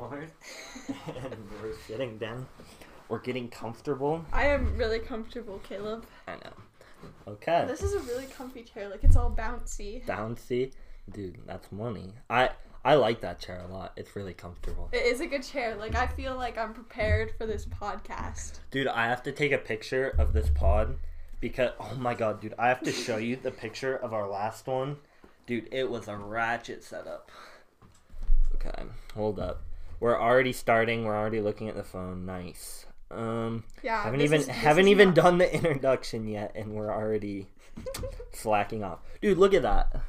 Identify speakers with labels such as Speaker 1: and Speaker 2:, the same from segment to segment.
Speaker 1: Aaron.
Speaker 2: and we're sitting down. We're getting comfortable.
Speaker 1: I am really comfortable, Caleb.
Speaker 2: I know. Okay.
Speaker 1: This is a really comfy chair. Like it's all bouncy.
Speaker 2: Bouncy, dude. That's money. I I like that chair a lot. It's really comfortable.
Speaker 1: It is a good chair. Like I feel like I'm prepared for this podcast.
Speaker 2: Dude, I have to take a picture of this pod because oh my god, dude, I have to show you the picture of our last one. Dude, it was a ratchet setup. Okay, hold up. We're already starting. We're already looking at the phone. Nice. Um,
Speaker 1: Yeah.
Speaker 2: haven't
Speaker 1: Uh, this
Speaker 2: even
Speaker 1: is- this
Speaker 2: haven't
Speaker 1: is
Speaker 2: even
Speaker 1: not-
Speaker 2: done the introduction yet, and we're already slacking off. Dude, look at that.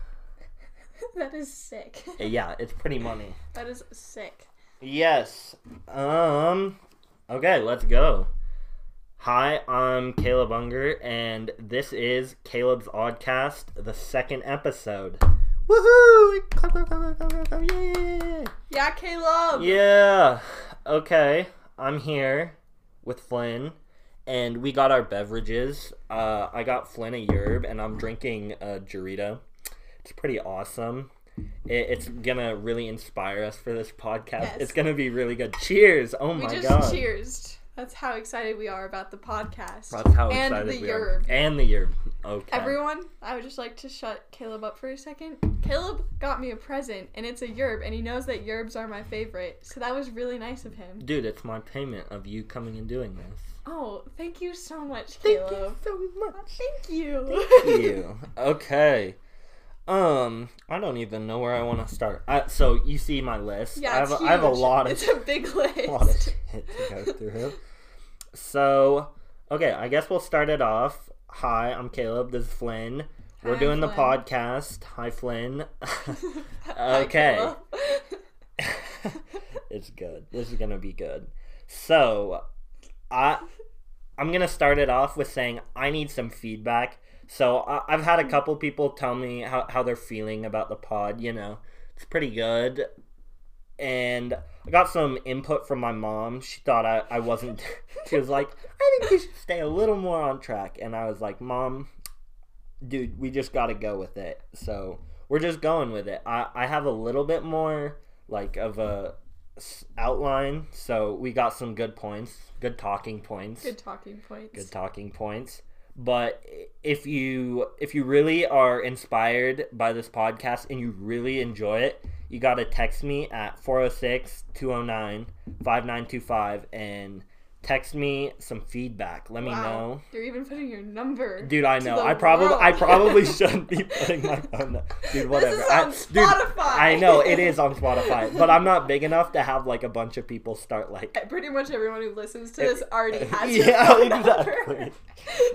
Speaker 2: Uh,
Speaker 1: that is sick.
Speaker 2: Yeah, it's pretty money.
Speaker 1: That is sick.
Speaker 2: Yes. Um. Okay, let's go. Hi, I'm Caleb Unger, and this is Caleb's Oddcast, the second episode. Woohoo! Clap, clap, clap, clap, clap, clap, clap. Yeah!
Speaker 1: Yeah, Caleb.
Speaker 2: Yeah. Okay, I'm here with Flynn, and we got our beverages. Uh, I got Flynn a yerb, and I'm drinking a Jarita. It's pretty awesome. It, it's gonna really inspire us for this podcast.
Speaker 1: Yes.
Speaker 2: It's gonna be really good. Cheers! Oh
Speaker 1: we
Speaker 2: my
Speaker 1: just
Speaker 2: god!
Speaker 1: cheersed. That's how excited we are about the podcast.
Speaker 2: That's how
Speaker 1: And
Speaker 2: excited
Speaker 1: the
Speaker 2: we are.
Speaker 1: yerb.
Speaker 2: And the yerb. Okay.
Speaker 1: Everyone, I would just like to shut Caleb up for a second. Caleb got me a present, and it's a yerb, and he knows that yerbs are my favorite, so that was really nice of him.
Speaker 2: Dude, it's my payment of you coming and doing this.
Speaker 1: Oh, thank you so much,
Speaker 2: Thank
Speaker 1: Caleb.
Speaker 2: you so much.
Speaker 1: Thank you.
Speaker 2: you. Okay. Um, I don't even know where I want to start. I, so you see my list.
Speaker 1: Yeah,
Speaker 2: I have,
Speaker 1: it's
Speaker 2: I have a
Speaker 1: huge.
Speaker 2: lot of,
Speaker 1: It's a big list.
Speaker 2: lot of shit to go through. So, okay, I guess we'll start it off. Hi, I'm Caleb. This is Flynn. We're
Speaker 1: Hi,
Speaker 2: doing the
Speaker 1: Flynn.
Speaker 2: podcast. Hi, Flynn.
Speaker 1: Hi,
Speaker 2: Okay.
Speaker 1: Caleb.
Speaker 2: it's good. This is gonna be good. So, I I'm gonna start it off with saying I need some feedback. So I, I've had a couple people tell me how how they're feeling about the pod. You know, it's pretty good. And I got some input from my mom. She thought I, I wasn't. She was like, I think you should stay a little more on track. And I was like, Mom, dude, we just got to go with it. So we're just going with it. I, I have a little bit more like of a s- outline. So we got some good points, good talking points,
Speaker 1: Good talking points.
Speaker 2: good talking points. But if you if you really are inspired by this podcast and you really enjoy it, you got to text me at 406-209-5925 and text me some feedback. Let me
Speaker 1: wow.
Speaker 2: know.
Speaker 1: You're even putting your number.
Speaker 2: Dude, I
Speaker 1: to
Speaker 2: know.
Speaker 1: the
Speaker 2: I probably I
Speaker 1: world.
Speaker 2: probably shouldn't be putting my phone. up. Dude, whatever.
Speaker 1: This is on
Speaker 2: I, dude,
Speaker 1: Spotify.
Speaker 2: I know it is on Spotify, but I'm not big enough to have like a bunch of people start like.
Speaker 1: Pretty much everyone who listens to this already has your
Speaker 2: yeah,
Speaker 1: phone number.
Speaker 2: exactly.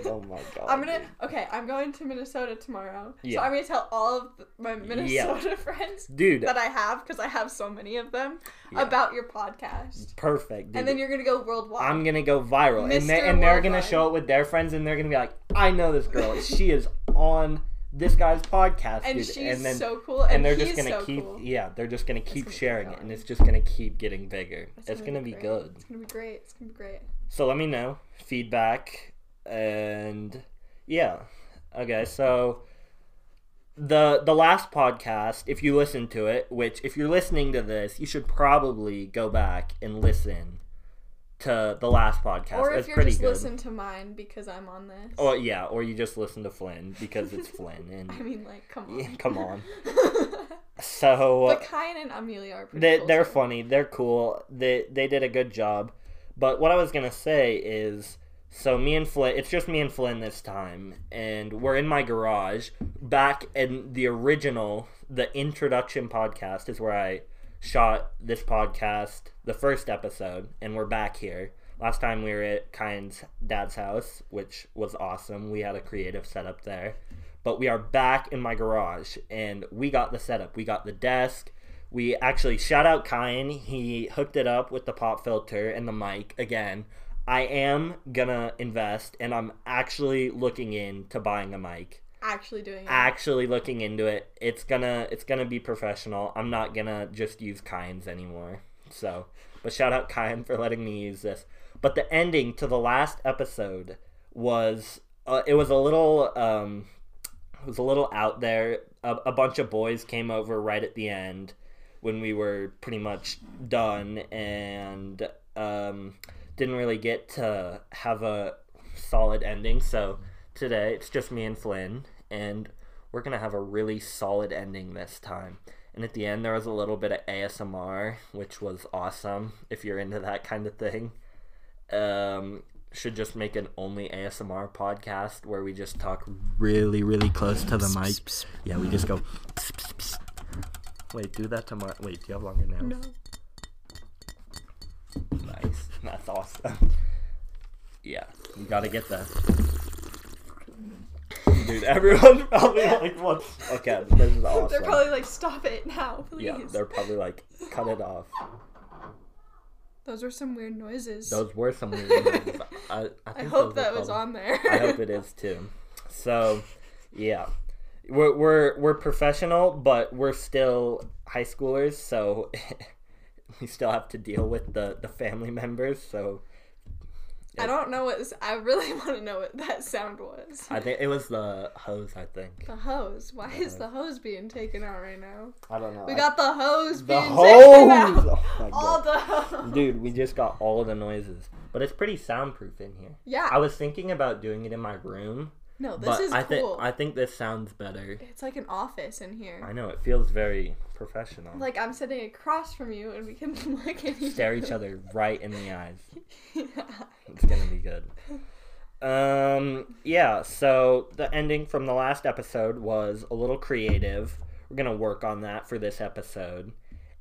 Speaker 2: Oh my god.
Speaker 1: I'm gonna
Speaker 2: dude.
Speaker 1: okay. I'm going to Minnesota tomorrow,
Speaker 2: Yeah.
Speaker 1: so I'm gonna tell all of th- my Minnesota friends
Speaker 2: Dude,
Speaker 1: that I have because I have so many of them
Speaker 2: Yeah.
Speaker 1: about your podcast,
Speaker 2: perfect. Dude.
Speaker 1: and then you're gonna go worldwide.
Speaker 2: I'm gonna go viral, and they
Speaker 1: Mr.
Speaker 2: and they're gonna
Speaker 1: Worldwide.
Speaker 2: show it with their friends, and they're gonna be like, "I know this girl. she is on this guy's podcast,
Speaker 1: and
Speaker 2: dude."
Speaker 1: she's
Speaker 2: and then
Speaker 1: so cool, and,
Speaker 2: and they're
Speaker 1: he's
Speaker 2: just gonna
Speaker 1: so
Speaker 2: keep e-
Speaker 1: cool.
Speaker 2: yeah they're just gonna keep
Speaker 1: gonna keep
Speaker 2: sharing it
Speaker 1: going.
Speaker 2: and it's just gonna keep getting bigger it's, gonna, be
Speaker 1: great.
Speaker 2: good
Speaker 1: It's gonna be great. It's gonna be great.
Speaker 2: so let me know feedback and yeah okay so the the last podcast if you listen to it which if you're listening to this you should probably go back and listen to the last podcast
Speaker 1: or
Speaker 2: it's
Speaker 1: if you're
Speaker 2: pretty
Speaker 1: just
Speaker 2: good
Speaker 1: listen to mine because I'm on this.
Speaker 2: or yeah or you just listen to flynn because it's flynn
Speaker 1: I
Speaker 2: and
Speaker 1: mean, like, come on.
Speaker 2: yeah, come on so
Speaker 1: but Kyan and Amelia are pretty.
Speaker 2: they,
Speaker 1: cool
Speaker 2: they're
Speaker 1: too.
Speaker 2: funny they're cool they they did a good job but what i was gonna say is so me and flynn it's just me and flynn this time and we're in my garage back in the original the introduction podcast is where i shot this podcast the first episode and we're back here last time we were at kyan's dad's house which was awesome we had a creative setup there but we are back in my garage and we got the setup we got the desk we actually shout out Kyan. He hooked it up with the pop filter and the mic again. I am gonna invest and I'm actually looking into buying a mic.
Speaker 1: actually doing it.
Speaker 2: Actually looking into it. It's gonna it's gonna be professional. I'm not gonna just use Kyan's anymore. So but shout out Kyan for letting me use this. But the ending to the last episode was uh, it was a little um it was a little out there. A, a bunch of boys came over right at the end when we were pretty much done and um, didn't really get to have a solid ending. So today it's just me and Flynn, and we're gonna have a really solid ending this time. And at the end, there was a little bit of ASMR, which was awesome if you're into that kind of thing. Um, should just make an only ASMR podcast where we just talk really, really close to the mic. Yeah, we just go. Wait, do that tomorrow. Wait, do you have longer nails?
Speaker 1: No.
Speaker 2: Nice. That's awesome. Yeah, you gotta get that. Dude, everyone's probably like, what? Okay, this is awesome.
Speaker 1: They're probably like, stop it now, please.
Speaker 2: yeah, they're probably like, cut it off.
Speaker 1: Those were some weird noises.
Speaker 2: Those were some weird moves. I, I, think
Speaker 1: I hope
Speaker 2: those were
Speaker 1: that was
Speaker 2: probably-
Speaker 1: on there.
Speaker 2: I hope it is too. So, yeah, we're we're we're professional, but we're still high schoolers, so we still have to deal with the the family members. So
Speaker 1: I don't know what. I really want to know what that sound was.
Speaker 2: I think it was the hose. I think
Speaker 1: The hose. Why is the hose being taken out right now?
Speaker 2: I don't know.
Speaker 1: We got the hose
Speaker 2: Uh, the
Speaker 1: being taken
Speaker 2: hose.
Speaker 1: out.
Speaker 2: Oh my
Speaker 1: All
Speaker 2: god.
Speaker 1: the hose.
Speaker 2: Dude, we just got all of the noises, but it's pretty soundproof in here.
Speaker 1: Yeah.
Speaker 2: I was thinking about doing it in my room,
Speaker 1: no, this
Speaker 2: but
Speaker 1: is
Speaker 2: I think
Speaker 1: cool.
Speaker 2: I think this sounds better.
Speaker 1: it's like an office in here.
Speaker 2: I know it feels very professional.
Speaker 1: Like I'm sitting across from you, and we can look at each
Speaker 2: Stare each other right in the eyes.
Speaker 1: Yeah.
Speaker 2: It's gonna be good. Um, yeah. So the ending from the last episode was a little creative. We're gonna work on that for this episode,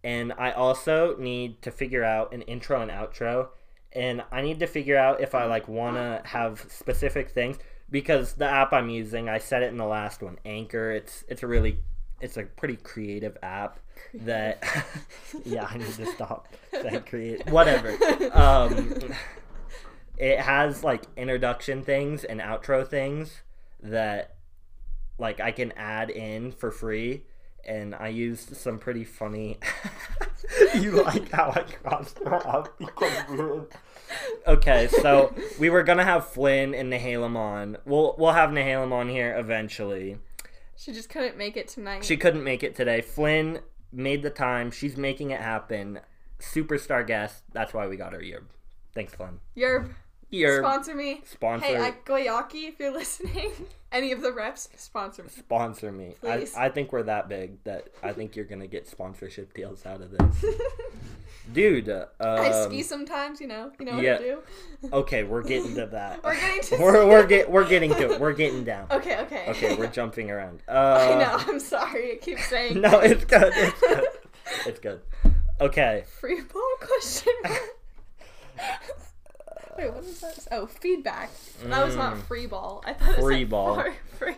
Speaker 2: and I also need to figure out an intro and outro, and I need to figure out if I like wanna have specific things because the app I'm using, I said it in the last one, Anchor. It's it's a really it's a pretty creative app that yeah I need to stop saying create whatever. Um, it has like introduction things and outro things that like I can add in for free and I used some pretty funny you like how I crossed her up because we're- Okay, so we were gonna have Flynn and Nehalem on. We'll we'll have Nehalem on here eventually.
Speaker 1: She just couldn't make it tonight.
Speaker 2: She couldn't make it today. Flynn made the time, she's making it happen. Superstar guest, that's why we got her Yerb. Thanks, Flynn.
Speaker 1: Yerb,
Speaker 2: Yerb
Speaker 1: sponsor me.
Speaker 2: sponsor
Speaker 1: Hey, I- Goyaki, if you're listening, any of the reps, sponsor me.
Speaker 2: sponsor me. I,
Speaker 1: Please.
Speaker 2: I think we're that big that I think you're gonna get sponsorship deals out of this, dude. Um,
Speaker 1: I ski sometimes, you know. You know what
Speaker 2: yeah.
Speaker 1: I do.
Speaker 2: um, okay, we're getting to that.
Speaker 1: We're getting to.
Speaker 2: we're we're get we're getting to it. We're getting down.
Speaker 1: Okay, okay.
Speaker 2: Okay, we're jumping around. Uh,
Speaker 1: I know. I'm sorry. I keep saying
Speaker 2: No, it's good. It's good. It's good. Okay,
Speaker 1: free ball question. mark. Wait, what is that? Oh, feedback. That was not
Speaker 2: Mm.
Speaker 1: free ball. I thought it was
Speaker 2: Free
Speaker 1: like
Speaker 2: ball.
Speaker 1: for- Free,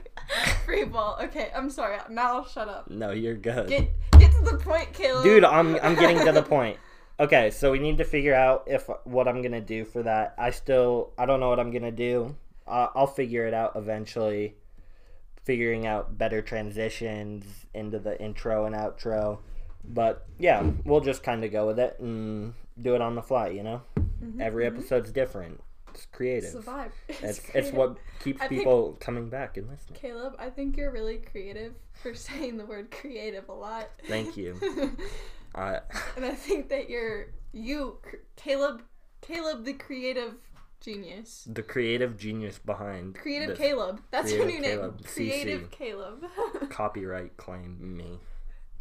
Speaker 1: free ball. Okay, I'm sorry. Now I'll shut up.
Speaker 2: no, you're good,
Speaker 1: Get get to the point, Caleb.
Speaker 2: dude. I'm I'm getting to the point. Okay, so we need to figure out if what I'm gonna do for that. I still I don't know what I'm gonna do. Uh, I'll figure it out eventually. Figuring out better transitions into the intro and outro, but yeah, we'll just kind of go with it and do it on the fly. You know,
Speaker 1: Mm-hmm,
Speaker 2: every episode's different. It's creative.
Speaker 1: It's the vibe.
Speaker 2: It's it's
Speaker 1: creative.
Speaker 2: what keeps
Speaker 1: I picked-
Speaker 2: people coming back and listening.
Speaker 1: Caleb, I think you're really creative for saying the word creative a lot.
Speaker 2: Thank you. I
Speaker 1: and I think that you're you, C- Caleb, Caleb the creative genius.
Speaker 2: the creative genius behind
Speaker 1: Creative
Speaker 2: this
Speaker 1: Caleb. That's your new
Speaker 2: Creative
Speaker 1: name.
Speaker 2: Caleb, CC.
Speaker 1: Creative Caleb.
Speaker 2: copyright claim me.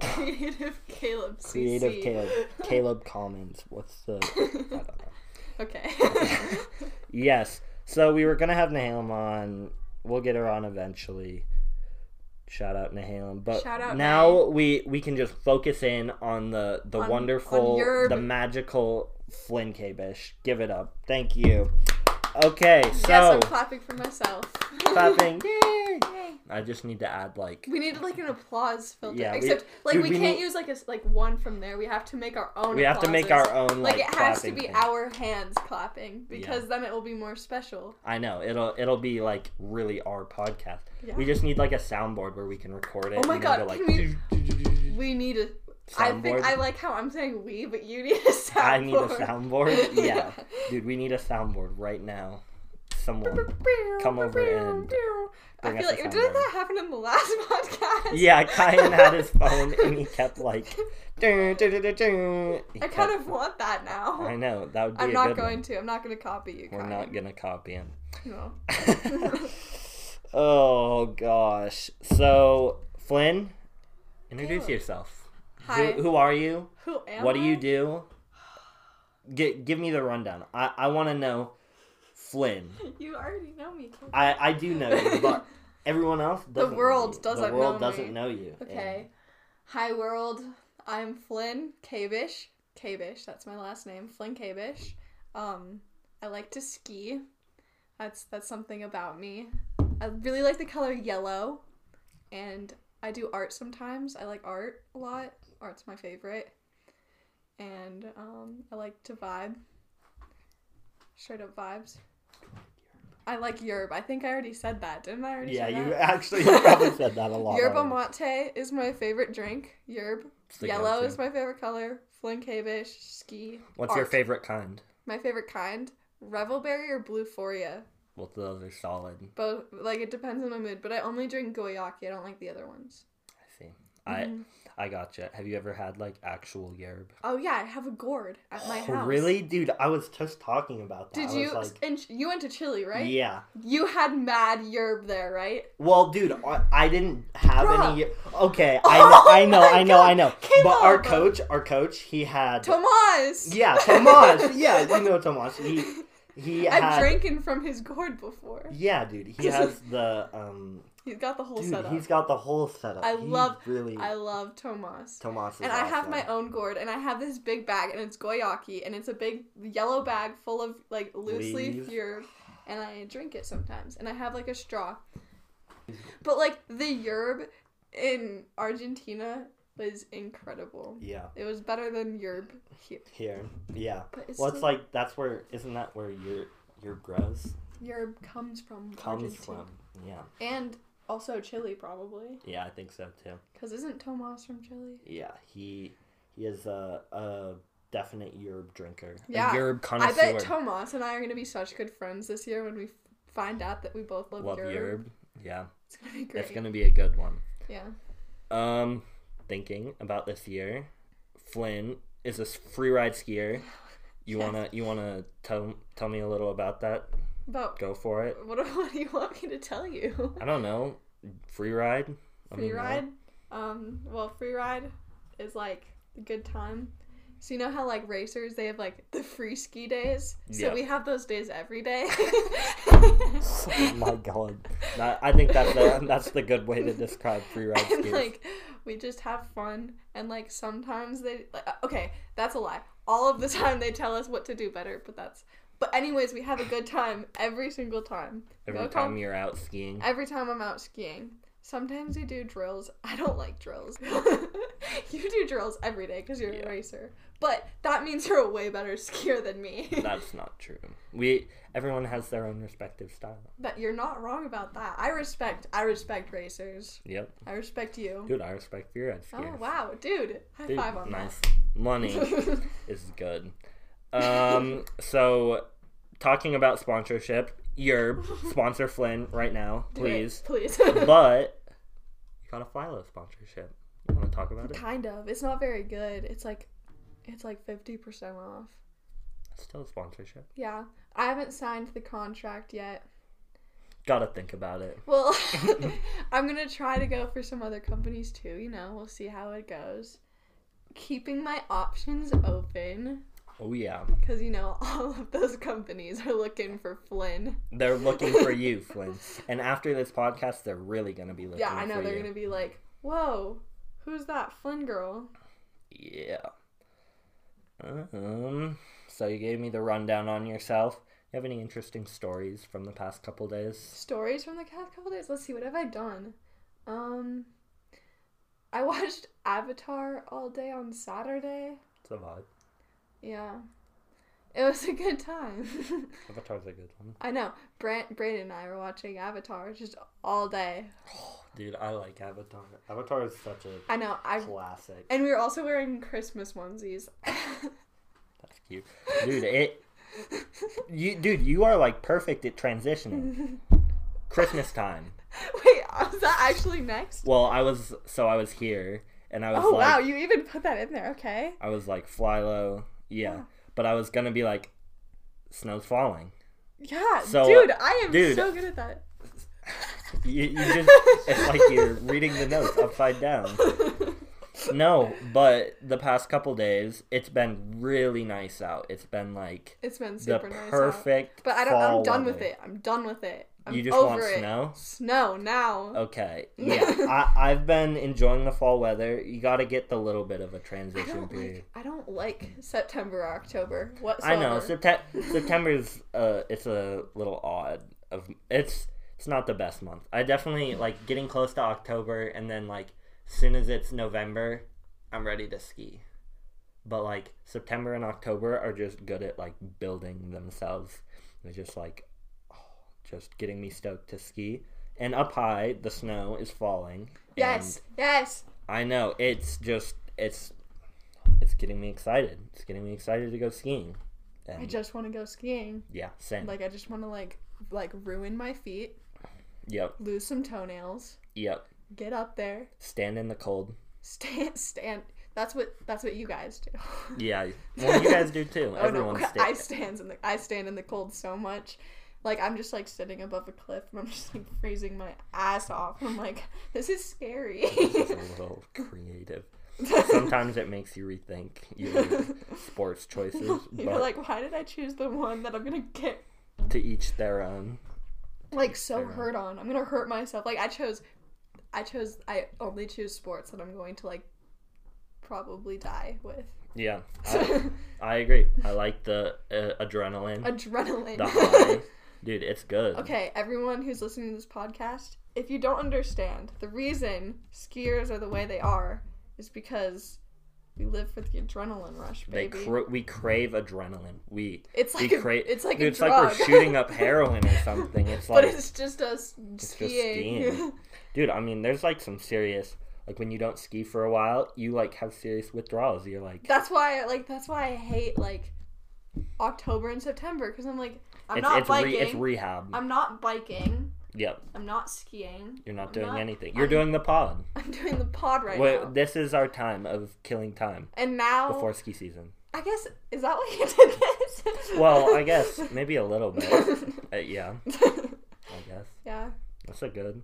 Speaker 1: creative Caleb. CC.
Speaker 2: Creative Caleb. Caleb Commons. What's the? I don't know.
Speaker 1: Okay.
Speaker 2: Yes. So we were gonna have Nahalem on. We'll get her on eventually. Shout out Nahalem. But
Speaker 1: Shout out,
Speaker 2: now we we can just focus in on the the
Speaker 1: On-
Speaker 2: wonderful,
Speaker 1: on your-
Speaker 2: the magical Flynn Kabish. Give it up. Thank you. Okay,
Speaker 1: yes,
Speaker 2: so
Speaker 1: I'm clapping for myself.
Speaker 2: clapping. Yay!
Speaker 1: Yay.
Speaker 2: I just need to add like
Speaker 1: We needed like an applause filter.
Speaker 2: Yeah, we-
Speaker 1: Except like
Speaker 2: dude,
Speaker 1: we,
Speaker 2: we
Speaker 1: can't
Speaker 2: need-
Speaker 1: use like a s- like one from there. We have to make our own.
Speaker 2: we have to make
Speaker 1: applauses.
Speaker 2: our own
Speaker 1: Like,
Speaker 2: like,
Speaker 1: it has to
Speaker 2: clapping
Speaker 1: be
Speaker 2: thing.
Speaker 1: our hands clapping because then it will be more special.
Speaker 2: I know it'll it'll be like really our podcast.
Speaker 1: Yeah.
Speaker 2: We just need like a soundboard where we can record it.
Speaker 1: Oh my
Speaker 2: and then
Speaker 1: God,
Speaker 2: go, like,
Speaker 1: can we- We need a. I
Speaker 2: Soundboard.
Speaker 1: think I like how I'm saying we, but you need a soundboard.
Speaker 2: I need a soundboard. Yeah.
Speaker 1: Yeah.
Speaker 2: Dude, we need a soundboard right now. someone come over and
Speaker 1: I
Speaker 2: bring us a
Speaker 1: feel like
Speaker 2: soundboard.
Speaker 1: didn't that happen in the last podcast?
Speaker 2: Yeah, Kyan had his phone and he kept like. "Dun, dun, dun, dun, dun." He
Speaker 1: I
Speaker 2: kept-
Speaker 1: kind of want that
Speaker 2: I
Speaker 1: now.
Speaker 2: know that would be
Speaker 1: I'm
Speaker 2: a
Speaker 1: not
Speaker 2: good
Speaker 1: going
Speaker 2: one.
Speaker 1: to. I'm not going to copy you.
Speaker 2: We're
Speaker 1: Kyan.
Speaker 2: not gonna copy him.
Speaker 1: No.
Speaker 2: oh gosh. So Flynn, introduce
Speaker 1: Caleb.
Speaker 2: yourself.
Speaker 1: Hi.
Speaker 2: Who, who are you?
Speaker 1: Who am
Speaker 2: what do you
Speaker 1: I?
Speaker 2: do? Get, give me the rundown. I, I want to know Flynn.
Speaker 1: You already know me. Caleb.
Speaker 2: I, I do know you, but everyone else doesn't know
Speaker 1: world
Speaker 2: you.
Speaker 1: doesn't
Speaker 2: The world
Speaker 1: know
Speaker 2: doesn't
Speaker 1: me.
Speaker 2: know you.
Speaker 1: Okay. Hi world. I'm Flynn Kabish. Kabish, that's my last name. Flynn Kabish. Um I like to ski. That's that's something about me. I really like the color yellow and I do art sometimes. I like art a lot. Art's my favorite. And um I like to vibe. Straight up vibes. I like yerb. I think I already said that. Didn't I
Speaker 2: And-
Speaker 1: already
Speaker 2: yeah,
Speaker 1: say
Speaker 2: you
Speaker 1: that?
Speaker 2: actually you probably said that a lot.
Speaker 1: Yerba
Speaker 2: already.
Speaker 1: mate is my favorite drink. Yerb.
Speaker 2: It's the
Speaker 1: Yellow
Speaker 2: go-to.
Speaker 1: is my favorite color. Flinkabish, ski.
Speaker 2: What's your
Speaker 1: art.
Speaker 2: favorite kind?
Speaker 1: My favorite kind? Revelberry or Blueforia.
Speaker 2: Both of those are solid.
Speaker 1: Both, like, it depends on my mood, but I only drink Goyaki. I don't like the other ones.
Speaker 2: I see. I
Speaker 1: Mm-hmm.
Speaker 2: I gotcha. Have you ever had like actual yerb?
Speaker 1: Oh, yeah, I have a gourd at my
Speaker 2: Oh,
Speaker 1: house.
Speaker 2: Really, dude? I was just talking about that.
Speaker 1: Did
Speaker 2: I
Speaker 1: you?
Speaker 2: Was like,
Speaker 1: and sh- you went to Chile, right?
Speaker 2: Yeah.
Speaker 1: You had mad yerb there, right?
Speaker 2: Well, dude, I, I didn't have any. Okay,
Speaker 1: Oh
Speaker 2: I know, I know,
Speaker 1: my
Speaker 2: I know, I know.
Speaker 1: God,
Speaker 2: But our
Speaker 1: Caleb.
Speaker 2: coach, our coach, he had.
Speaker 1: Tomas!
Speaker 2: yeah, Tomas. yeah, you know Tomas. He he
Speaker 1: I've
Speaker 2: had.
Speaker 1: drinking from his gourd before.
Speaker 2: Yeah, dude, he has the um.
Speaker 1: He's got the whole
Speaker 2: Dude,
Speaker 1: setup.
Speaker 2: he's got the whole setup.
Speaker 1: I
Speaker 2: He
Speaker 1: love-
Speaker 2: really
Speaker 1: I love Tomas.
Speaker 2: Tomas. Is
Speaker 1: and I have
Speaker 2: awesome.
Speaker 1: my own gourd, and I have this big bag, and it's goyaki, and it's a big yellow bag full of like loose leaf
Speaker 2: Leaves.
Speaker 1: yerb, and I drink it sometimes, and I have like a straw. But like the yerb in Argentina was incredible.
Speaker 2: Yeah,
Speaker 1: It was better than yerb here.
Speaker 2: here. Yeah.
Speaker 1: But it's
Speaker 2: Well, it's
Speaker 1: still-
Speaker 2: like that's where isn't that where your your grows
Speaker 1: yerb comes from
Speaker 2: comes
Speaker 1: Argentina.
Speaker 2: from? Yeah,
Speaker 1: and also Chile probably,
Speaker 2: yeah, I think so too.
Speaker 1: because isn't Tomas from Chile?
Speaker 2: Yeah, he he is a, a definite yerb drinker.
Speaker 1: Yeah.
Speaker 2: a yerb
Speaker 1: I
Speaker 2: connoisseur.
Speaker 1: bet Tomas and I are gonna be such good friends this year when we f- find out that we both love,
Speaker 2: Love
Speaker 1: yerb.
Speaker 2: yerb. Yeah,
Speaker 1: It's gonna be great.
Speaker 2: it's gonna be a good one.
Speaker 1: Yeah.
Speaker 2: Um, thinking about this year, Flynn is a s- free ride skier. You
Speaker 1: Yes.
Speaker 2: wanna you wanna tell tell me a little about that?
Speaker 1: But
Speaker 2: Go for it.
Speaker 1: what, what do you want me to tell you?
Speaker 2: I don't know. Free ride. I
Speaker 1: Free
Speaker 2: mean, uh,
Speaker 1: ride? Um, well, free ride is like a good time. So you know how like racers they have like the free ski days? So
Speaker 2: Yeah.
Speaker 1: we have those days every day.
Speaker 2: oh my god. That, I think that's the, that's the good way to describe free ride
Speaker 1: and
Speaker 2: skiers.
Speaker 1: like we just have fun and like sometimes they like, uh, okay that's a lie all of the time they tell us what to do better but that's but anyways we have a good time every single time
Speaker 2: Every
Speaker 1: No
Speaker 2: time you're out skiing.
Speaker 1: Every time I'm out skiing. Sometimes you do drills. I don't like drills. you do drills every day because you're
Speaker 2: Yeah.
Speaker 1: a racer. But that means you're a way better skier than me.
Speaker 2: That's not true. We everyone has their own respective style.
Speaker 1: but you're not wrong about that. I respect I respect racers.
Speaker 2: Yep.
Speaker 1: I respect you.
Speaker 2: Dude, I respect free ride
Speaker 1: Oh
Speaker 2: skiers.
Speaker 1: wow, dude. High
Speaker 2: Dude,
Speaker 1: five on
Speaker 2: nice.
Speaker 1: that.
Speaker 2: Money is good. Um so talking about sponsorship, Yerb, sponsor Flynn right now,
Speaker 1: Do
Speaker 2: please.
Speaker 1: it, Please.
Speaker 2: But you got a Philo sponsorship. You wanna talk about it?
Speaker 1: kind of. It's not very good. It's like it's like fifty percent off.
Speaker 2: Still a sponsorship.
Speaker 1: Yeah. I haven't signed the contract yet.
Speaker 2: Gotta think about it.
Speaker 1: Well, I'm gonna try to go for some other companies too. You know, we'll see how it goes. Keeping my options open
Speaker 2: Oh yeah.
Speaker 1: because you know all of those companies are looking for Flynn.
Speaker 2: They're looking for you, Flynn. And after this podcast, they're really gonna be looking.
Speaker 1: yeah, I know
Speaker 2: for
Speaker 1: they're
Speaker 2: you.
Speaker 1: gonna be like, "Whoa, who's that Flynn girl?"
Speaker 2: Yeah. Um. So you gave me the rundown on yourself. You have any interesting stories from the past couple days?
Speaker 1: Stories from the past couple days. Let's see, what have I done? Um, I watched Avatar all day on Saturday.
Speaker 2: It's a vibe.
Speaker 1: Yeah, it was a good time.
Speaker 2: Avatar's a good one.
Speaker 1: I know. Brant, Brayden and I were watching Avatar just all day.
Speaker 2: Dude, I like Avatar. Avatar is such a
Speaker 1: I know. I
Speaker 2: classic.
Speaker 1: and we were also wearing Christmas onesies.
Speaker 2: That's cute. Dude, it You, dude, you are like perfect at transitioning. Christmas time.
Speaker 1: Wait, was that actually next?
Speaker 2: Well, I was so I was here, and I was
Speaker 1: Oh
Speaker 2: like,
Speaker 1: wow, you even put that in there. Okay.
Speaker 2: I was like, fly low, yeah. But I was gonna be like, snow's falling.
Speaker 1: Yeah,
Speaker 2: So,
Speaker 1: dude, I am
Speaker 2: dude.
Speaker 1: so good at that.
Speaker 2: You, you just it's like you're reading the notes upside down. No, but the past couple days, it's been really nice out. It's been like
Speaker 1: It's been
Speaker 2: the
Speaker 1: super nice. out.
Speaker 2: perfect.
Speaker 1: But I don't. I'm
Speaker 2: fall
Speaker 1: done with
Speaker 2: weather.
Speaker 1: it. I'm done with it. I'm
Speaker 2: You just
Speaker 1: over
Speaker 2: want
Speaker 1: it.
Speaker 2: snow? Oh,
Speaker 1: Snow now.
Speaker 2: Okay. Yeah. I, I've been enjoying the fall weather. You got to get the little bit of a
Speaker 1: I
Speaker 2: transition
Speaker 1: don't
Speaker 2: period.
Speaker 1: like. I don't like September or October. Whatsoever.
Speaker 2: I know. September September's uh it's a little odd of it's it's not the best month. I definitely like getting close to October and then like soon as it's November, I'm ready to ski. But like September and October are just good at like building themselves. They're just like oh, just getting me stoked to ski. And up high, the snow is falling.
Speaker 1: yes. Yes.
Speaker 2: I know. It's just it's it's getting me excited. It's getting me excited to go skiing. And
Speaker 1: I just want to go skiing.
Speaker 2: yeah, same.
Speaker 1: Like I just want to like like ruin my feet,
Speaker 2: yep,
Speaker 1: lose some toenails,
Speaker 2: yep.
Speaker 1: get up there,
Speaker 2: Stand in the cold.
Speaker 1: stand stand. That's what that's what you guys do.
Speaker 2: Yeah. Well, you guys do too.
Speaker 1: Oh
Speaker 2: Everyone
Speaker 1: no,
Speaker 2: sta-
Speaker 1: I stands in the I stand in the cold so much. Like I'm just like sitting above a cliff and I'm just like freezing my ass off. I'm like, this is scary.
Speaker 2: This is a little creative. Sometimes it makes you rethink your sports choices,
Speaker 1: You're
Speaker 2: but
Speaker 1: like, why did I choose the one that I'm gonna get
Speaker 2: to each their own.
Speaker 1: like so
Speaker 2: Fair.
Speaker 1: hurt on? I'm gonna hurt myself. Like I chose, I chose, I only choose sports that I'm going to like probably die with.
Speaker 2: Yeah, I, I agree. I like the uh, adrenaline,
Speaker 1: Adrenaline.
Speaker 2: the high. Dude, it's good.
Speaker 1: Okay, everyone who's listening to this podcast, if you don't understand, the reason skiers are the way they are is because we live for the adrenaline rush,
Speaker 2: They
Speaker 1: baby.
Speaker 2: cra- we crave adrenaline. We
Speaker 1: it's
Speaker 2: we
Speaker 1: like a,
Speaker 2: crave.
Speaker 1: it's like
Speaker 2: dude,
Speaker 1: a
Speaker 2: it's
Speaker 1: drug.
Speaker 2: like we're shooting up heroin or something. It's
Speaker 1: but
Speaker 2: like
Speaker 1: it's just us skiing.
Speaker 2: skiing. Dude, I mean, there's like some serious, like when you don't ski for a while, you like have serious withdrawals. You're like,
Speaker 1: that's why, like, that's why I hate like October and September because I'm like, I'm
Speaker 2: it's,
Speaker 1: not
Speaker 2: it's,
Speaker 1: biking.
Speaker 2: re- it's rehab.
Speaker 1: I'm not biking.
Speaker 2: yep,
Speaker 1: I'm not skiing.
Speaker 2: you're
Speaker 1: I'm
Speaker 2: not doing
Speaker 1: not-
Speaker 2: anything. You're
Speaker 1: I'm-
Speaker 2: doing the pod.
Speaker 1: I'm doing the pod right
Speaker 2: Well,
Speaker 1: now. Oh.
Speaker 2: this is our time of killing time
Speaker 1: and now,
Speaker 2: before ski season.
Speaker 1: I guess, is that why you did this?
Speaker 2: Well, I guess maybe a little bit. Uh, yeah, I guess
Speaker 1: yeah.
Speaker 2: that's a good.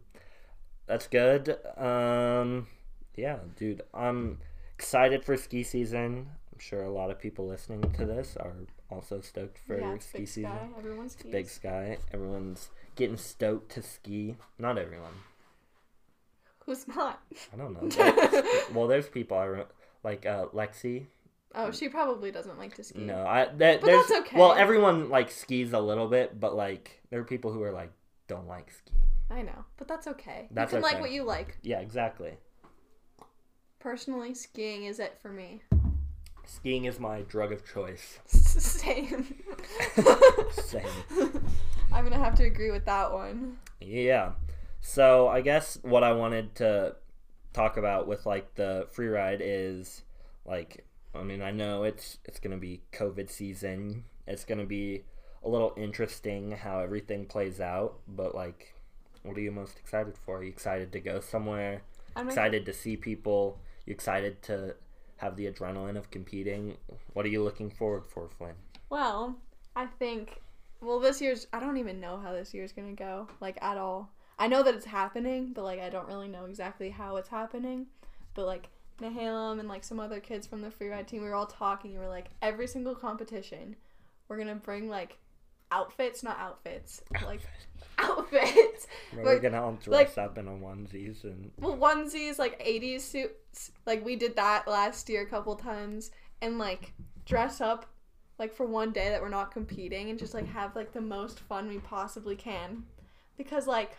Speaker 2: That's good. Um, yeah, dude, I'm excited for ski season. I'm sure a lot of people listening to this are also stoked for
Speaker 1: yeah, it's
Speaker 2: ski
Speaker 1: big
Speaker 2: season.
Speaker 1: sky. Everyone skis.
Speaker 2: Big Sky. Everyone's getting stoked to ski. Not everyone.
Speaker 1: Who's not?
Speaker 2: I don't know. There- well, there's people I re- like uh, Lexi.
Speaker 1: Oh, she probably doesn't like to ski.
Speaker 2: No, I that,
Speaker 1: But
Speaker 2: there's
Speaker 1: that's okay.
Speaker 2: well, everyone like skis a little bit, but like there are people who are like don't like skiing.
Speaker 1: I know, but that's okay.
Speaker 2: That's
Speaker 1: you can like
Speaker 2: okay.
Speaker 1: what you like.
Speaker 2: Yeah, exactly.
Speaker 1: Personally, skiing is it for me.
Speaker 2: Skiing is my drug of choice.
Speaker 1: Same.
Speaker 2: Same.
Speaker 1: I'm gonna have to agree with that one.
Speaker 2: Yeah. So I guess what I wanted to talk about with like the free ride is like I mean I know it's it's gonna be COVID season. It's gonna be a little interesting how everything plays out, but like what are you most excited for? Are you excited to go somewhere?
Speaker 1: I'm not-
Speaker 2: Excited to see people? You excited to have the adrenaline of competing? What are you looking forward for, Flynn?
Speaker 1: Well, I think. Well, this year's. I don't even know how this year's gonna go, like at all. I know that it's happening, but like I don't really know exactly how it's happening. But like Nahalem and like some other kids from the freeride team, we were all talking. and We were like, every single competition, we're gonna bring like outfits, not outfits, like outfits.
Speaker 2: We're
Speaker 1: Like-
Speaker 2: gonna all dress up in a onesies and
Speaker 1: well, onesies, like '80s suits. Like we did that last year a couple times, and like dress up, like for one day that we're not competing, and just like have like the most fun we possibly can, because like